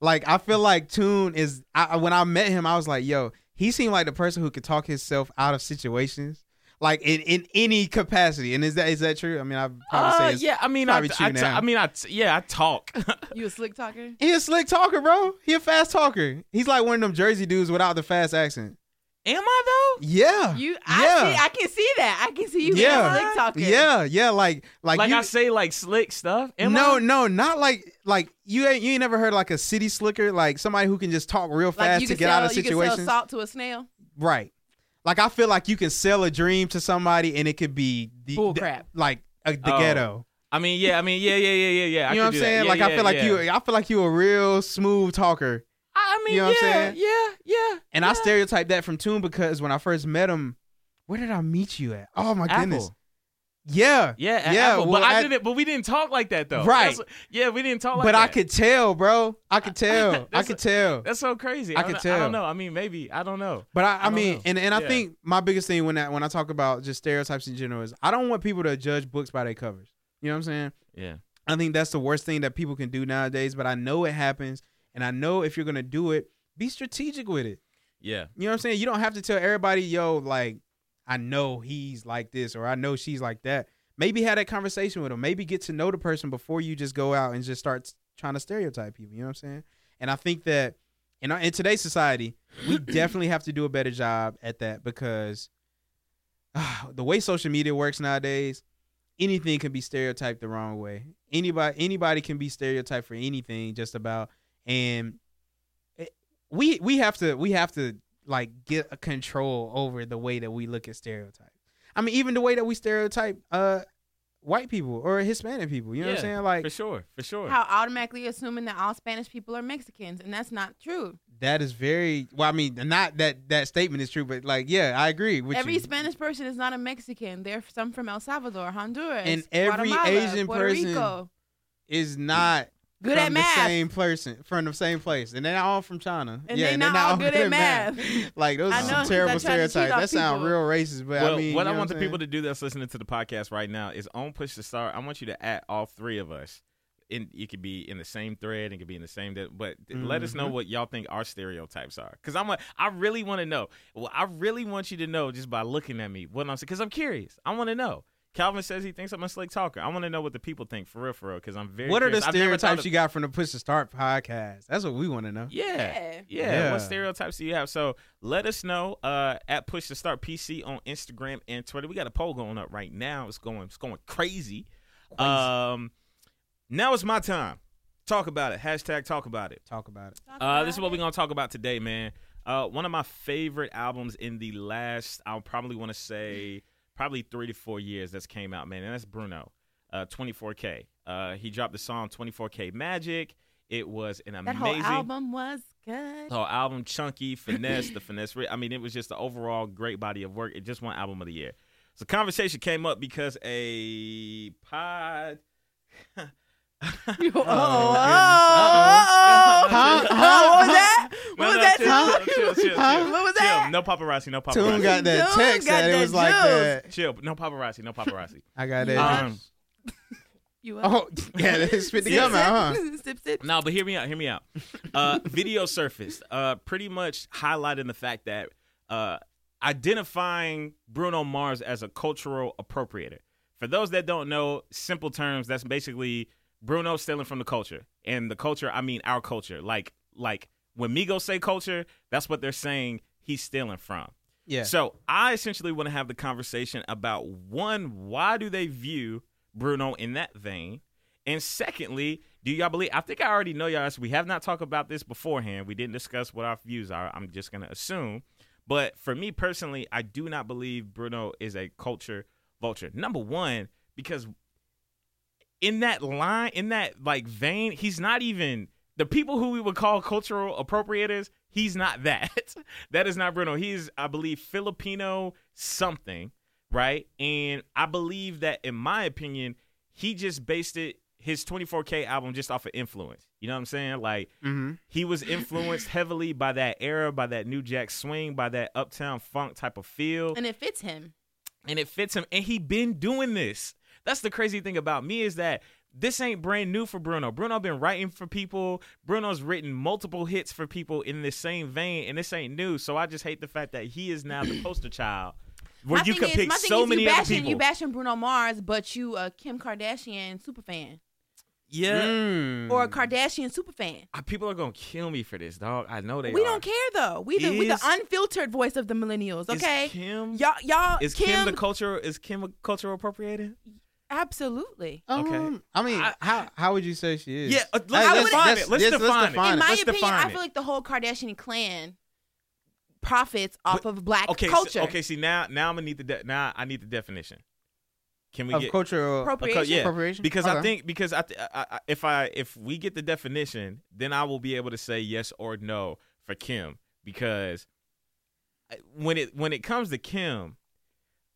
Like I feel like Tune is. I, I- when I met him, I was like, "Yo, he seemed like the person who could talk himself out of situations, like in, in any capacity." And is that is that true? I mean, I probably Uh, say it's, yeah, I mean, I, probably I, true t- now. I mean, I t- yeah, I talk. You a slick talker? he a slick talker, bro. He a fast talker. He's like one of them Jersey dudes without the fast accent. Am I though? Yeah. You, I Uh, Yeah. see, I can see that. I can see Yeah. you being a slick talker. Yeah, yeah, like like, Like, you, I say, like slick stuff. Am no, I? no, not like like you ain't you ain't never heard like a city slicker, like somebody who can just talk real Like fast you to can get sell, out of you can sell situations. salt to a snail. Right. Like I feel like you can sell a dream to somebody and it could be the, Bull the- crap. like a, the Oh, ghetto. I mean, yeah, I mean, yeah, yeah, yeah, yeah, yeah. I You know what could I'm do that. saying? Yeah, like I yeah, feel like yeah. you I feel like you a real smooth talker. I I mean, You know yeah, what I'm saying? yeah, yeah. And I yeah. stereotyped that from Toon because when I first met him, where did I meet you at? Oh my goodness. Apple. Yeah. Yeah, at Yeah, Apple. well, but I at- didn't. But we didn't talk like that though. Right. That's what- yeah, we didn't talk like but that. I could tell, bro. I could tell. I That's could a- tell. That's so crazy. I I, could don't- I tell. don't know. I mean, maybe I don't know. But I, I, don't mean, know. and, and I Yeah. think my biggest thing when that when I talk about just stereotypes in general is I don't want people to judge books by their covers. You know what I'm saying? Yeah. I think that's the worst thing that people can do nowadays. But I know it happens, and I know if you're gonna do it, be strategic with it. Yeah. You know what I'm saying? You don't have to tell everybody, yo, like I know he's like this or I know she's like that. Maybe have that conversation with them. Maybe get to know the person before you just go out and just start trying to stereotype people. You know what I'm saying? And I think that in our, in today's society, we definitely have to do a better job at that because ah, the way social media works nowadays, anything can be stereotyped the wrong way. Anybody anybody can be stereotyped for anything just about and it- we we have to we have to like get a control over the way that we look at stereotypes. I mean, even the way that we stereotype uh white people or Hispanic people. You know what Yeah, I'm saying? Like For sure. For sure. How automatically assuming that all Spanish people are Mexicans, and that's not true. that is very well. I mean, not that that statement is true, but like, yeah, I agree with every you. Spanish person is not a Mexican. They're some from El Salvador, Honduras, And every Guatemala, Asian Puerto person- Rico. is not Good from at the math. same person from the same place, and they're all from China. And yeah, they and not all good at math. Like those I are know, some 'cause I terrible try to cheat stereotypes. off That sound people. real racist, but well, I mean, what you I know want the I'm people saying? to do that's listening to the podcast right now is on push to start. I want you to at all three of us. In, it could be in the same thread, it could be in the same, that- but th- let us know Mhm. what y'all think our stereotypes are. Cause I'm, a, I really want to know. Well, I really want you to know just by looking at me what I'm saying. Cause I'm curious. I want to know. Calvin says he thinks I'm a slick talker. I want to know what the people think for real, for real. Cause I'm very. What are the curious. I've never thought stereotypes of- you got from the Push to Start podcast? That's what we want to know. Yeah. Yeah. Yeah. Yeah. What stereotypes do you have? So let us know uh, at Push to Start PC on Instagram and Twitter. We got a poll going up right now. It's going it's going crazy. Um, now it's my time. Talk about it. Hashtag talk about it. Talk about it. Talk Uh, this is about what we're it. gonna talk about today, man. Uh, one of my favorite albums in the last, I'll probably want to say, probably three to four years that's came out, man, and that's Bruno, uh, 24K. Uh, he dropped the song 24K Magic. It was an That amazing Oh. whole album was good. whole album chunky finesse the finesse re- i mean it was just the overall great body of work it just won album of the year so conversation came up because a pod oh, oh, Uh-oh. oh, oh. Huh? Oh, what was that? No, was no, that chill, song? Chill, chill, chill, Huh? chill. What was Chill. that? No paparazzi, no Tune paparazzi. got that Tune text got that it that was like juice. that. Chill, no paparazzi, no paparazzi. I got that. Yeah. Um, You up? oh, yeah, they spit the gum out, huh? Sip, sip. No, but hear me out. Hear me out. Uh, video surfaced, uh, pretty much highlighting the fact that uh, identifying Bruno Mars as a cultural appropriator. For those that don't know, simple terms. That's basically Bruno stealing from the culture, and the culture. I mean our culture. Like like when Migos say culture, that's what they're saying. He's stealing from. Yeah. So I essentially want to have the conversation about one, why do they view Bruno in that vein? And secondly, do y'all believe? I think I already know y'all. So we have not talked about this beforehand. We didn't discuss what our views are. I'm just gonna assume. But for me personally, I do not believe Bruno is a culture vulture. Number one, because in that line, in that like vein, he's not even the people who we would call cultural appropriators. He's not that. that is not Bruno. He is, I believe, Filipino something, right? And I believe that, in my opinion, he just based it his 24K album just off of influence. You know what I'm saying? Like Mm-hmm. he was influenced heavily by that era, by that New Jack Swing, by that Uptown Funk type of feel, And it fits him. and it fits him. And he been doing this. That's the crazy thing about me is that this ain't brand new for Bruno. Bruno been writing for people. Bruno's written multiple hits for people in the same vein, and this ain't new. So I just hate the fact that he is now the poster child, where my you thing could is, pick my thing so is many you other bashing, people. You bashing Bruno Mars, but you a Kim Kardashian superfan yeah, Mm. Mm. or a Mm. Kardashian superfan. I- people are gonna kill me for this, dog. I know they. We are. don't care though. We the, we the Is- unfiltered voice of the millennials. Is Okay, Kim- y'all y'all Is Kim, the culture? Is Kim a cultural appropriator? absolutely. Okay. I mean, Um, I- how how would you say she is? Yeah, uh, let's Hey, define it. Let's define it. in it. my Let's opinion, define I it. feel like the whole Kardashian clan profits off But- of black Okay. so- culture. okay. See now, now I'm gonna need the de- now I need the definition. Can we of uh, get cultural a cul- Appropriation. yeah, Appropriation? Because I Okay. think because I, th- I, I if I if we get the definition, then I will be able to say yes or no for Kim because I- when it when it comes to Kim,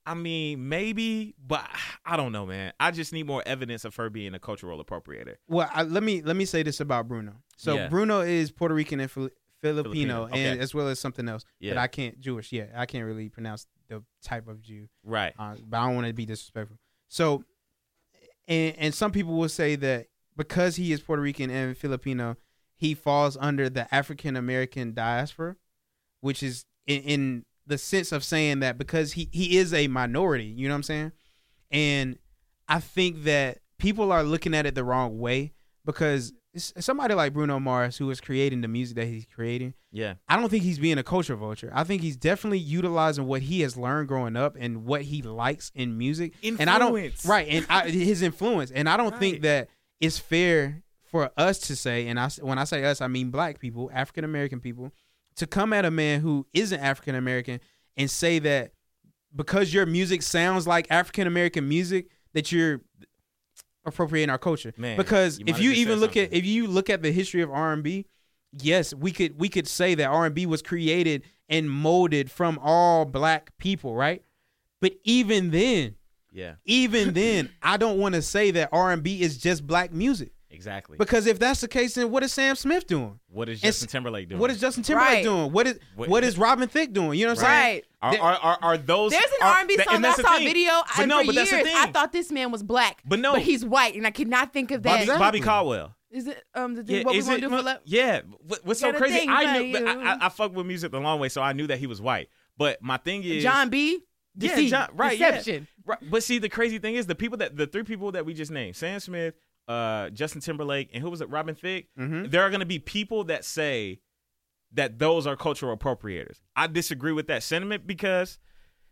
I mean maybe, but I don't know, man. I just need more evidence of her being a cultural appropriator. Well, I, let me let me say this about Bruno. So Yeah. Bruno is Puerto Rican and Fili- Filipino, Filipino, okay. and as well as something else. But Yeah. I can't Jewish yet. I can't really pronounce the type of Jew. Right. Uh, but I don't want to be disrespectful. So, and and some people will say that because he is Puerto Rican and Filipino, he falls under the African American diaspora, which is in, in the sense of saying that because he he is a minority. You know what I'm saying? And I think that people are looking at it the wrong way because s- somebody like Bruno Mars, who is creating the music that he's creating, Yeah. I don't think he's being a culture vulture. I think he's definitely utilizing what he has learned growing up and what he likes in music. And I don't Influence. right and I, his influence. And I don't think Right. that it's fair for us to say. And I s- when I say us, I mean black people, African American people, to come at a man who isn't African American and say that because your music sounds like African American music that you're appropriating our culture. Man, because you might if have you just even said look at something. if you look at the history of R and B, yes, we could we could say that R and B was created and molded from all black people, right? But even then, Yeah. even then, I don't want to say that R and B is just black music Exactly. because if that's the case, then what is Sam Smith doing? what is it's- Justin Timberlake doing? What is Justin Timberlake Right. doing? What is What- what is Robin Thicke doing? You know what I'm saying? Right. Are, There- are, are, are those There's an are- R&B that- song and that that's I the saw a thing. video. I, But no, for but that's years, the thing. I thought this man was black. But no. but he's white, and I could not think of that. Bobby, Is Exactly. Bobby Caldwell. it um the, what we is want it- to do for love? Yeah, what- what's so Gotta crazy? think I knew about I, you. I, I fuck with music the long way, so I knew that he was white. But my thing is John B. Yeah, Deceit. John- right, yeah. Deception. Right, but see, the crazy thing is the people that the three people that we just named, Sam Smith, uh, Justin Timberlake, and who was it, Robin Thicke. Mm-hmm. Mhm. There are going to be people that say that those are cultural appropriators. I disagree with that sentiment because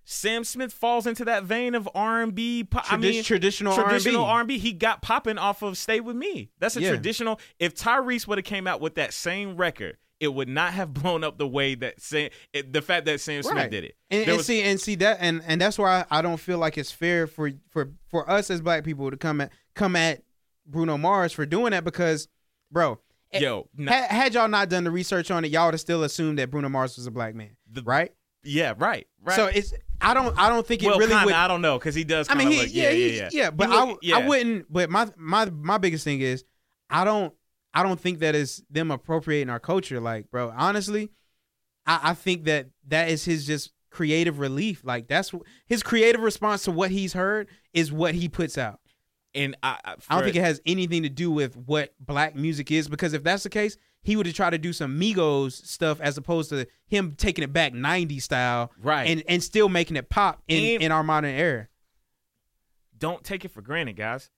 Sam Smith falls into that vein of R and B. I Tradi- mean, traditional traditional R&B. R&B. He got popping off of "Stay with Me." That's a Yeah. traditional. If Tyrese would have came out with that same record, it would not have blown up the way that Sam, it, the fact that Sam Smith Right. did it. And, There and was- see, and see that, and and that's why I don't feel like it's fair for for for us as black people to come at come at Bruno Mars for doing that because, bro, it- yo, nah, had, had y'all not done the research on it, y'all would have still assumed that Bruno Mars was a black man, The- right? yeah, right, right. So it's I don't I don't think it well, really kinda, would. I don't know because he does. I mean, he, kinda look- yeah, yeah, he, yeah, yeah, but He I look- I wouldn't. But my my my biggest thing is I don't I don't think that is them appropriating our culture. Like, bro, honestly, I, I think that that is his just creative relief. Like, that's wh- his creative response to what he's heard is what he puts out. And I, I, I don't think Fred, it has anything to do with what black music is because if that's the case, he would have tried to do some Migos stuff as opposed to him taking it back 90s style right. and, and still making it pop in, And- in our modern era. don't take it for granted, guys.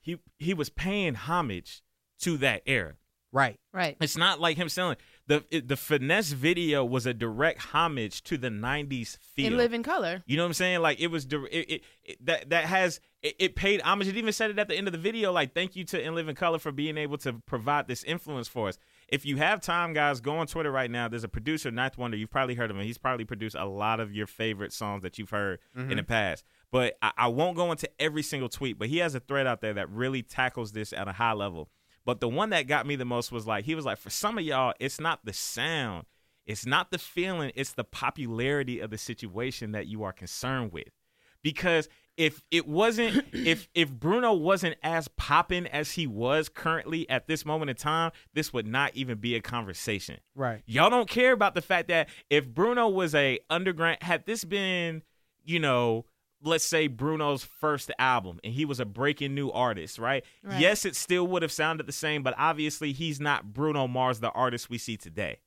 He he was paying homage to that era. Right. Right. It's not like him selling the it- the finesse video was a direct homage to the '90s feel. And live in color. you know what I'm saying? Like it was dir- it, it, it that that has it, it paid homage. It even said it at the end of the video, like thank you to In Living Color for being able to provide this influence for us. If you have time, guys, go on Twitter right now. There's a producer, Ninth Wonder. You've probably heard of him. He's probably produced a lot of your favorite songs that you've heard in the past. But I, I won't go into every single tweet. But he has a thread out there that really tackles this at a high level. But the one that got me the most was like he was like, for some of y'all, it's not the sound, it's not the feeling, it's the popularity of the situation that you are concerned with. Because if it wasn't, if if Bruno wasn't as popping as he was currently at this moment in time, this would not even be a conversation. Right. Y'all don't care about the fact that if Bruno was a underground, had this been, you know, let's say Bruno's first album and he was a breaking new artist, right? Right. Yes, it still would have sounded the same, but obviously he's not Bruno Mars, the artist we see today.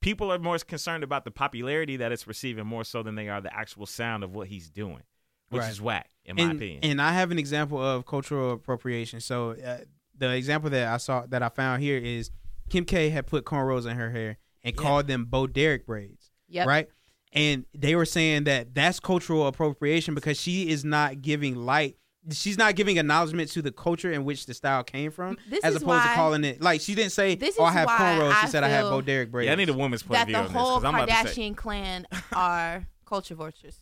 People are more concerned about the popularity that it's receiving more so than they are the actual sound of what he's doing, which Right. is whack, in my and, opinion. and I have an example of cultural appropriation. So uh, the example that I saw that I found here is Kim K had put cornrows in her hair and Yeah. called them Bo Derek braids. Yep. right? And they were saying that that's cultural appropriation because she is not giving light. She's not giving acknowledgement to the culture in which the style came from, This as is opposed to why- calling it like she didn't say, This "Oh, I is have why cornrows." She I said, "I have feel Bo Derek braids." yeah, I need a woman's point that of view the on this whole 'cause I'm about to say. Kardashian clan are culture vultures.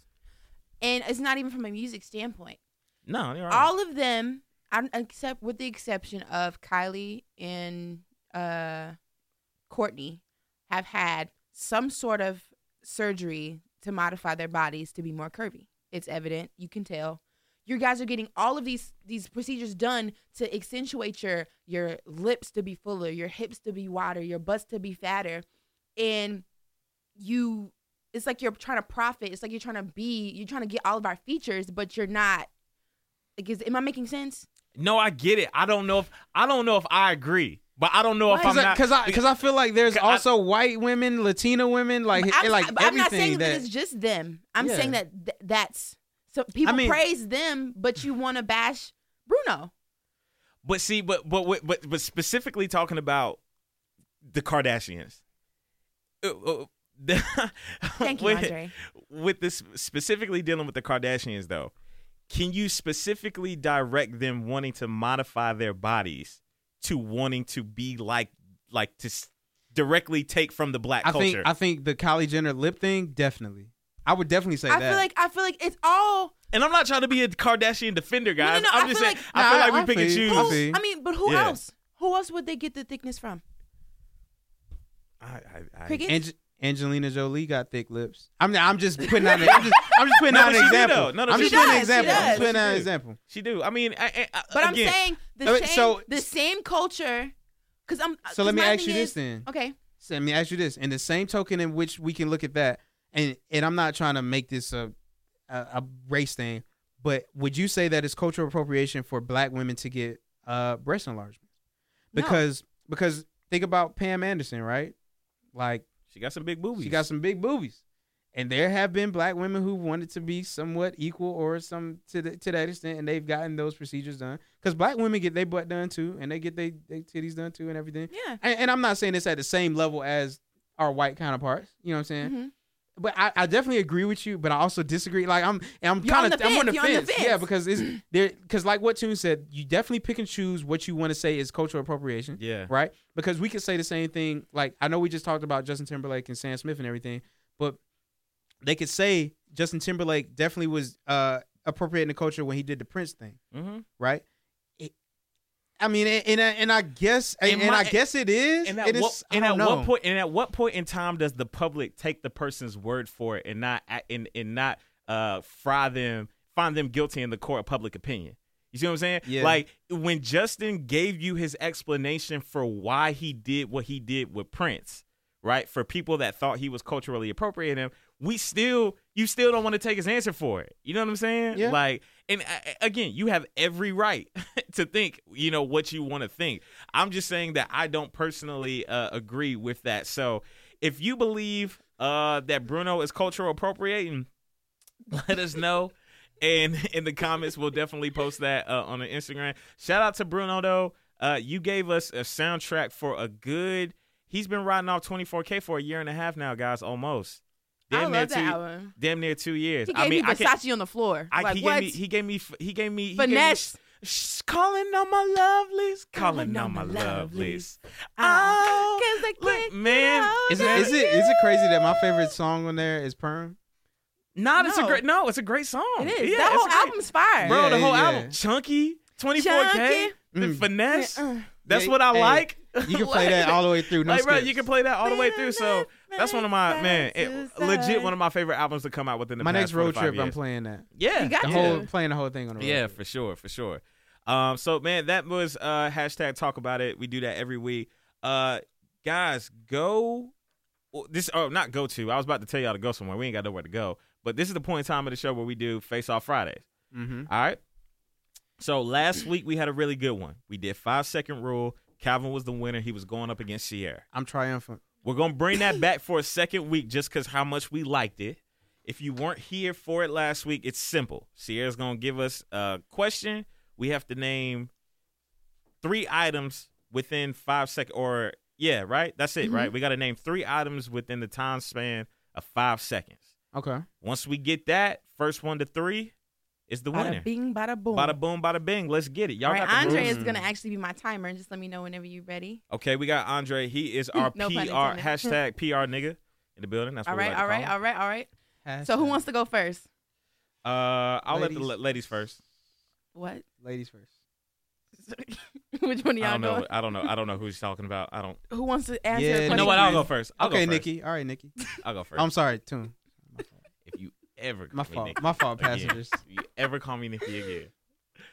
And it's not even from a music standpoint. No, you're right. All of them, I- except with the exception of Kylie and uh, Courtney, have had some sort of surgery to modify their bodies to be more curvy. It's evident. You can tell. You guys are getting all of these these procedures done to accentuate your your lips to be fuller, your hips to be wider, your butts to be fatter, and you. It's like you're trying to profit. It's like you're trying to be. You're trying to get all of our features, but you're not. Like, is, am I making sense? No, I get it. I don't know if I don't know if I agree, but I don't know if Why? I'm because I not. because I, 'cause I feel like there's I- also white women, Latina women, like But I'm, like but I'm everything not saying that, that it's just them. I'm Yeah. saying that th- that's so people mean- praise them, but you want to bash Bruno. but see, but but but- but but specifically talking about the Kardashians. Uh, uh, the- Thank you, with, Andre. With this specifically dealing with the Kardashians, though, can you specifically direct them wanting to modify their bodies to wanting to be like like to s- directly take from the black I culture? think I think the Kylie Jenner lip thing definitely. I would definitely say I that. feel like I feel like it's all. and I'm not trying to be a Kardashian defender, no, guys. no, I'm I just feel saying like- I feel Nah, like we I pick and feel you. choose. I Who, see. I mean, but who Yeah. else? Who else would they get the thickness from? I, I, I, Cricket. Ange- Angelina Jolie got thick lips. I'm I'm just putting out. An, I'm, just, I'm just putting No, out an but she do, example. though. No, no, I'm she just putting an does, she example. I'm does. just putting out an She do. example. She do. I mean, I, I, I, But again, I'm saying the Uh, same. so- the same culture. Because I'm. So 'cause let me my ask thing you this is- then. Okay. So let me ask you this. In the same token in which we can look at that, and and I'm not trying to make this a a, a race thing, but would you say that it's cultural appropriation for black women to get uh breast enlargements? No. Because because think about Pam Anderson, right? Like she got some big boobies. she got some big boobies. And there have been black women who wanted to be somewhat equal or some to the, to that extent, and they've gotten those procedures done. Because black women get their butt done too, and they get their they titties done too, and everything Yeah. and, and I'm not saying this at the same level as our white counterparts. You know what I'm saying? Mhm. But I, I definitely agree with you, but I also disagree. Like I'm, and I'm You're on kind of, the I'm on fence, the you're on the fence. Yeah, fence. because it's there, because like what Tune said, you definitely pick and choose what you want to say is cultural appropriation, Yeah. right? Because we could say the same thing. Like I know we just talked about Justin Timberlake and Sam Smith and everything, but they could say Justin Timberlake definitely was uh appropriating the culture when he did the Prince thing Mm-hmm. right? It- I mean, and and I, and I guess and, And and my- I guess it is. And it at, is what, I and don't at know. what point? And at what point in time does the public take the person's word for it and not act- and and not uh fry them, find them guilty in the court of public opinion? You see what I'm saying? Yeah. Like when Justin gave you his explanation for why he did what he did with Prince, right? For people that thought he was culturally appropriating him, we still you still don't want to take his answer for it. You know what I'm saying? Yeah. Like and I, I- again, you have every right to think, you know, what you want to think. I'm just saying that I don't personally uh, agree with that. So, if you believe uh, that Bruno is cultural appropriating, let us know. And in the comments, we'll definitely post that uh, on the Instagram. Shout out to Bruno though. Uh, you gave us a soundtrack for a good. He's been riding off 24k for a year and a half now, guys. Almost. I near love two, that album. Damn near two years. He gave I mean, me I can't. Versace on the floor. I, like he, what? Gave me, he gave me. He gave me. He gave me- Finesse. Shh, calling on my lovelies. Calling on my lovelies. Ah, Oh, 'cause I look, can't man. get Is it is it is it crazy that my favorite song on there is Perm? Nah, it's a No. great. No, it's a great song. It is. Yeah, that it's whole great. album's fire. bro. Yeah, the whole yeah. album, chunky, twenty four k, Chunky. the Mm. finesse. Yeah, uh. That's Yeah, what I hey, like. You can play that all the way through. No like, bro, you skips. can play that all the way through. So that's one of my man, it, legit one of my favorite albums to come out within the my past next road 45 trip. I'm years. playing that. Yeah, You got The Yeah. whole playing the whole thing on the road. yeah, trip. for sure, for sure. Um, so man, that was uh hashtag talk about it. We do that every week. Uh, guys, go. well, This oh not go to. I was about to tell y'all to go somewhere. We ain't got nowhere to go. But this is the point in time of the show where we do face off Fridays. Mhm. All right. So last week we had a really good one. We did five second rule. Calvin was the winner. He was going up against Sierra. I'm triumphant. We're gonna bring that back for a second week just because how much we liked it. If you weren't here for it last week, it's simple. Sierra's gonna give us a question. We have to name three items within five seconds. Or yeah, right. That's it, right? We got to name three items within the time span of five seconds. Okay. Once we get that first one to three, is the winner. Bada bing, bada boom. Bada boom, bada bing. Let's get it. Y'all All right, got the Andre rules. is gonna actually be my timer, and just let me know whenever you're ready. Okay, we got Andre. He is our No PR pun intended. hashtag PR nigga in the building. That's what All right, all right, all right, all right. So Hashtag who wants to go first? right. Uh, I'll let Ladies. the la- ladies first. What? ladies first? Which one of I y'all don't know. know? I don't know. I don't know who she's talking about. I don't. Who wants to answer? Yeah, a You You question know what? I'll first? go first. I'll okay, go first. Nikki. All right, Nikki. i I'll go 1st I'm sorry, Tune. My fault. if you ever call My me fault. Nikki My fault, again, passengers. if you ever call me Nikki again?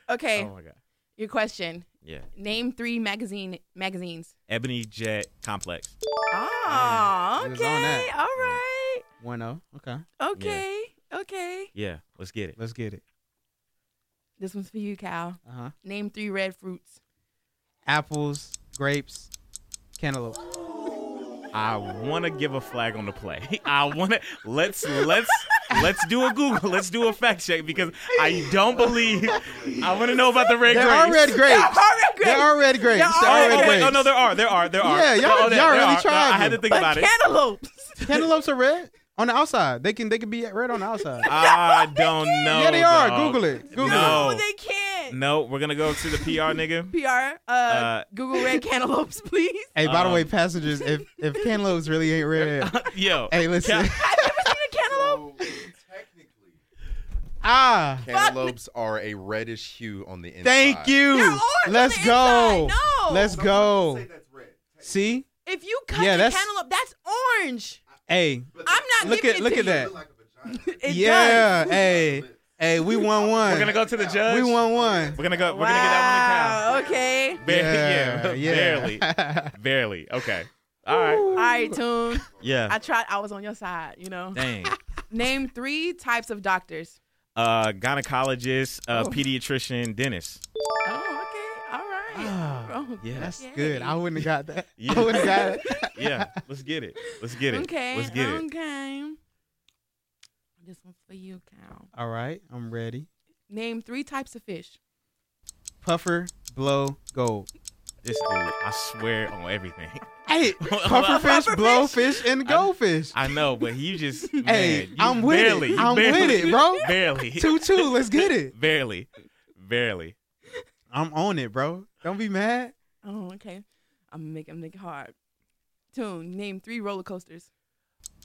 Okay, Oh my god. your question. Yeah. Name three magazine magazines. Ebony Jet Complex. Oh, it was on okay, that. all right, One zero. Okay, okay, okay. Yeah. Let's get it. let's get it. This one's for you, Cal. Uh huh. Name three red fruits. Apples, grapes, cantaloupe. I want to give a flag on the play. I want to let's let's let's do a Google. Let's do a fact check because I don't believe. I want to know about the red There grapes. are red grapes. There are red grapes. There There are are Oh, red oh, wait, grapes. oh no, there are, there are, there are. Yeah, y'all- oh, there, y'all there really are. tried No, I had it. to think But about it. cantaloupes. Cantaloupes are red on the outside. They can they can be red on the outside. I don't know. yeah, they are. dog. Google it. Google No. it. No, they can't. No, we're gonna go to the PR nigga. PR, uh, Uh, Google red cantaloupes, please. Hey, by Um, the way, passengers, if if cantaloupes really ain't red, Yo, hey, listen. Cal- I've never seen a cantaloupe. So, technically, ah, cantaloupes are a reddish hue on the inside. thank you. orange on Let's the go. inside. No. Let's Some people go. say that's red. See, If you cut Yeah, the that's- cantaloupe, that's orange. hey, But I'm they- not Look giving at- it look to at you. that. they look like a vagina. It yeah, does. hey, hey, we won one. we're gonna go to the judge. We won one. We're gonna go. We're wow. gonna get that one to Cal. Okay. Barely, yeah, barely, yeah. barely. Okay. All right. All right, Tune. Yeah. I tried. I was on your side. You know. Dang. Name three types of doctors. Uh, gynecologist, uh, Oh. pediatrician, dentist. Oh, okay. All right. Ah, Oh, yeah. That's okay. good. I wouldn't have got that. Yeah. I wouldn't have got it. Yeah. Let's get it. Let's get it. Okay. um, Let's get it. okay. This one's for you, Cal. All right, I'm ready. Name three types of fish. Puffer, blow, gold. This dude, I swear on everything. Hey, puffer fish, blow fish, and goldfish. I know, but you just man, Hey, you I'm with barely, it. you I'm barely, with it, bro. Barely, two two. Let's get it. barely, barely. I'm on it, bro. Don't be mad. Oh, okay. I'm making make it hard. Tune. Name three roller coasters.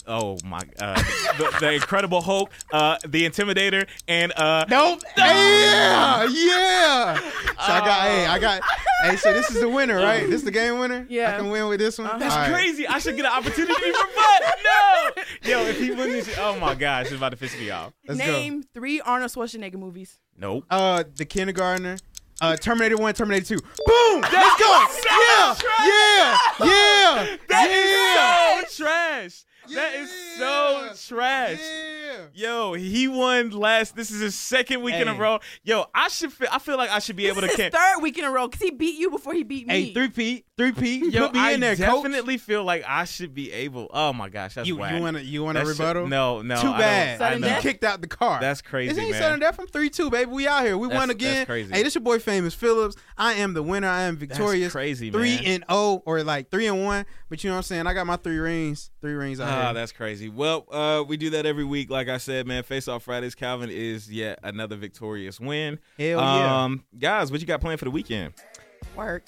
Oh my! Uh, the, the Incredible Hulk, uh, the Intimidator, and uh, Nope. Yeah, yeah. So I got. Hey, I got. Hey, so this is the winner, right? This is the game winner. Yeah. I can win with this one. Uh-huh. That's All right. crazy. I should get an opportunity for butt. No. Yo, if he wins this, oh my gosh, it's about to piss me off. Let's go. Name three Arnold Schwarzenegger movies. Nope. Uh, the kindergartner. Uh, Terminator One, Terminator Two. Boom! Let's go! Yeah! Yeah! Yeah! Yeah! That is so trash. That is so trash. Yeah! Yo, he won last. This is his second week in a Hey. row. Yo, I should. Feel, I feel like I should be This able is to. his third week in a row because he beat you before he beat me. Hey, three P, three P. yo, Put me I in there, coach. definitely feel like I should be able. Oh my gosh, that's You, whack. you want to you want a That shit- rebuttal? No, no. I Too don't- bad. I Sudden know. You kicked out the car. That's crazy, This ain't man. sudden death. I'm three two, baby. We out here. We That's- won that's again. crazy. Hey, this your boy, famous Phillips. I am the winner. I am That's victorious. crazy, man. three and oh, or like three and one. But you know what I'm saying? I got my three rings. Three rings out Ah, here. that's crazy. Well, uh, we do that every week. Like I said, man, Face Off Fridays. Calvin is yet another victorious win. Hell yeah. um, guys, what you got planned for the weekend? Work.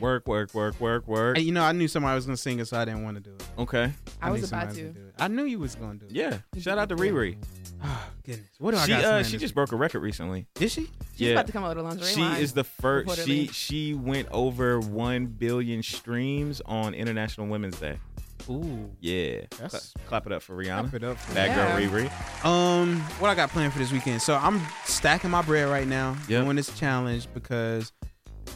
Work, work, work, work, work. Hey, you know, I knew somebody was gonna sing it, so I didn't want to do it. Okay. I, knew was about somebody to. gonna do it. I knew you was gonna do it. Yeah. Shout out to Riri. Oh goodness. What do I She got? uh, planned she this just week? broke a record recently. did she? She's yeah. about to come out with a lingerie She line. is the first. She reportedly. she went over one billion streams on International Women's Day. Ooh. Yeah. That's- Cla- clap it up for Rihanna. Wrap it up. for That Yeah. girl Riri. Um, what I got planned for this weekend? So I'm stacking my bread right now, Yep. doing this challenge because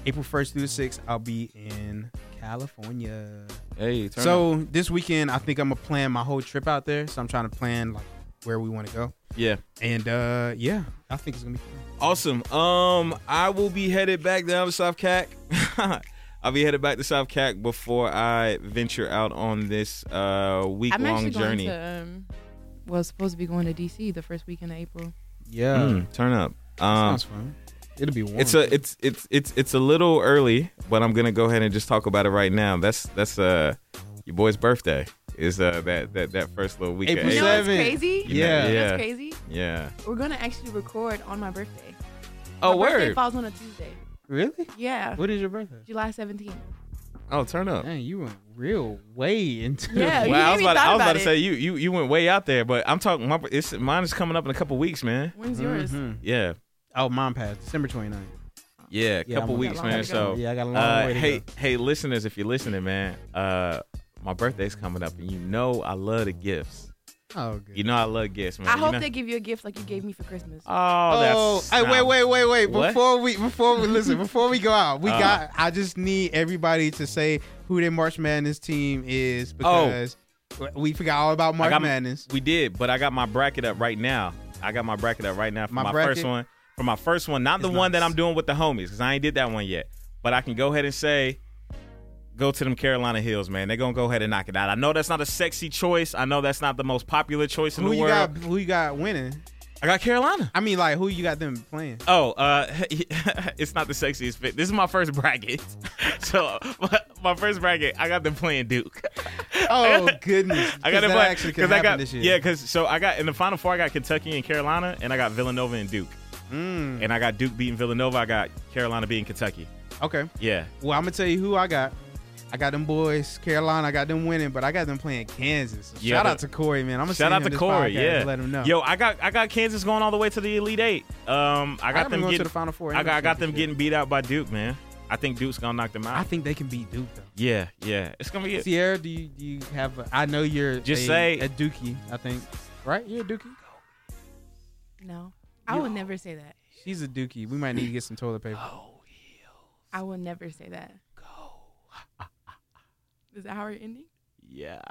April 1st through the 6th, I'll be in California. Hey. Turn up. so this weekend, I think I'm gonna plan my whole trip out there. So I'm trying to plan like where we want to go, yeah. and uh, yeah, I think it's gonna be Mm. fun. Awesome. Um, I will be headed back down to South Cac. I'll be headed back to South Cac before I venture out on this uh week I'm long actually going journey. to. Um, well, supposed to be going to DC the first weekend of April. Yeah, Mm, turn up. Um, sounds fun. It'll be warm. It's a it's it's it's it's a little early, but I'm gonna go ahead and just talk about it right now. That's that's uh your boy's birthday is uh that that that first little weekend. April You know April. what's Seven. crazy? You Yeah. know- You know what's yeah. crazy? Yeah. We're gonna actually record on my birthday. Oh my Birthday word. falls on a Tuesday. really. Yeah. What is your birthday? July 17th. Oh turn up. Dang, you went real way into. Yeah, you Wow, I was even about, to- I thought was about about to it. say you you you went way out there, but I'm talking my it's mine is coming up in a couple weeks, man. When's yours? Mm-hmm. Mhm. Yeah. Oh, mom passed December 29th. Yeah, a Yeah, couple I'm- weeks, Got a long man. way to go. So Yeah, I got a long uh, way to hey, go. hey, listeners, if you're listening, man, uh, my birthday's coming up, and you know I love the gifts. Oh, good. You know I love gifts, man. I You hope know- they give you a gift like you gave me for Christmas. Oh, that's Oh, hey, wait, not- wait, wait, wait! What? Before we, before we listen, before we go out, we Uh. got. I just need everybody to say who their March Madness team is because we forgot all about March Oh. got- Madness. We did, but I got my bracket up right now. I got my bracket up right now for My my, bracket? first one. For my first one, not the It's one that nice. I'm doing with the homies, because I ain't did that one yet. But I can go ahead and say, go to them Carolina Hills, man. They're gonna go ahead and knock it out. I know that's not a sexy choice. I know that's not the most popular choice in Who the you world. got? Who you got winning? I got Carolina. I mean, like who you got them playing? Oh, uh, it's not the sexiest fit. This is my first bracket. so my, my first bracket, I got them playing Duke. Oh goodness! I got Because it that black actually could because I happen got this yeah year. because so I got in the final four I got Kentucky and Carolina and I got Villanova and Duke Mm, and I got Duke beating Villanova I got Carolina beating Kentucky okay. yeah Well, I'm gonna tell you who I got. I got them boys, Carolina. I got them winning, but I got them playing Kansas. So Yeah, shout but- out to Corey, man. I'm gonna shout send out him to this Corey podcast yeah and let him know. yo I got I got Kansas going all the way to the Elite Eight um I I got got them going getting to the Final Four. and I the got I got them championship. getting beat out by Duke man I think Duke's gonna knock them I out think they can beat Duke though. yeah yeah it's gonna be it. Sierra, do you, do you have? A, I know you're Just a, say- a Dookie. I think right. You're a Dookie. No, I would never say that. She's a Dookie. We might need to get some toilet paper. I will never say that. Go. Is that how we're ending? yeah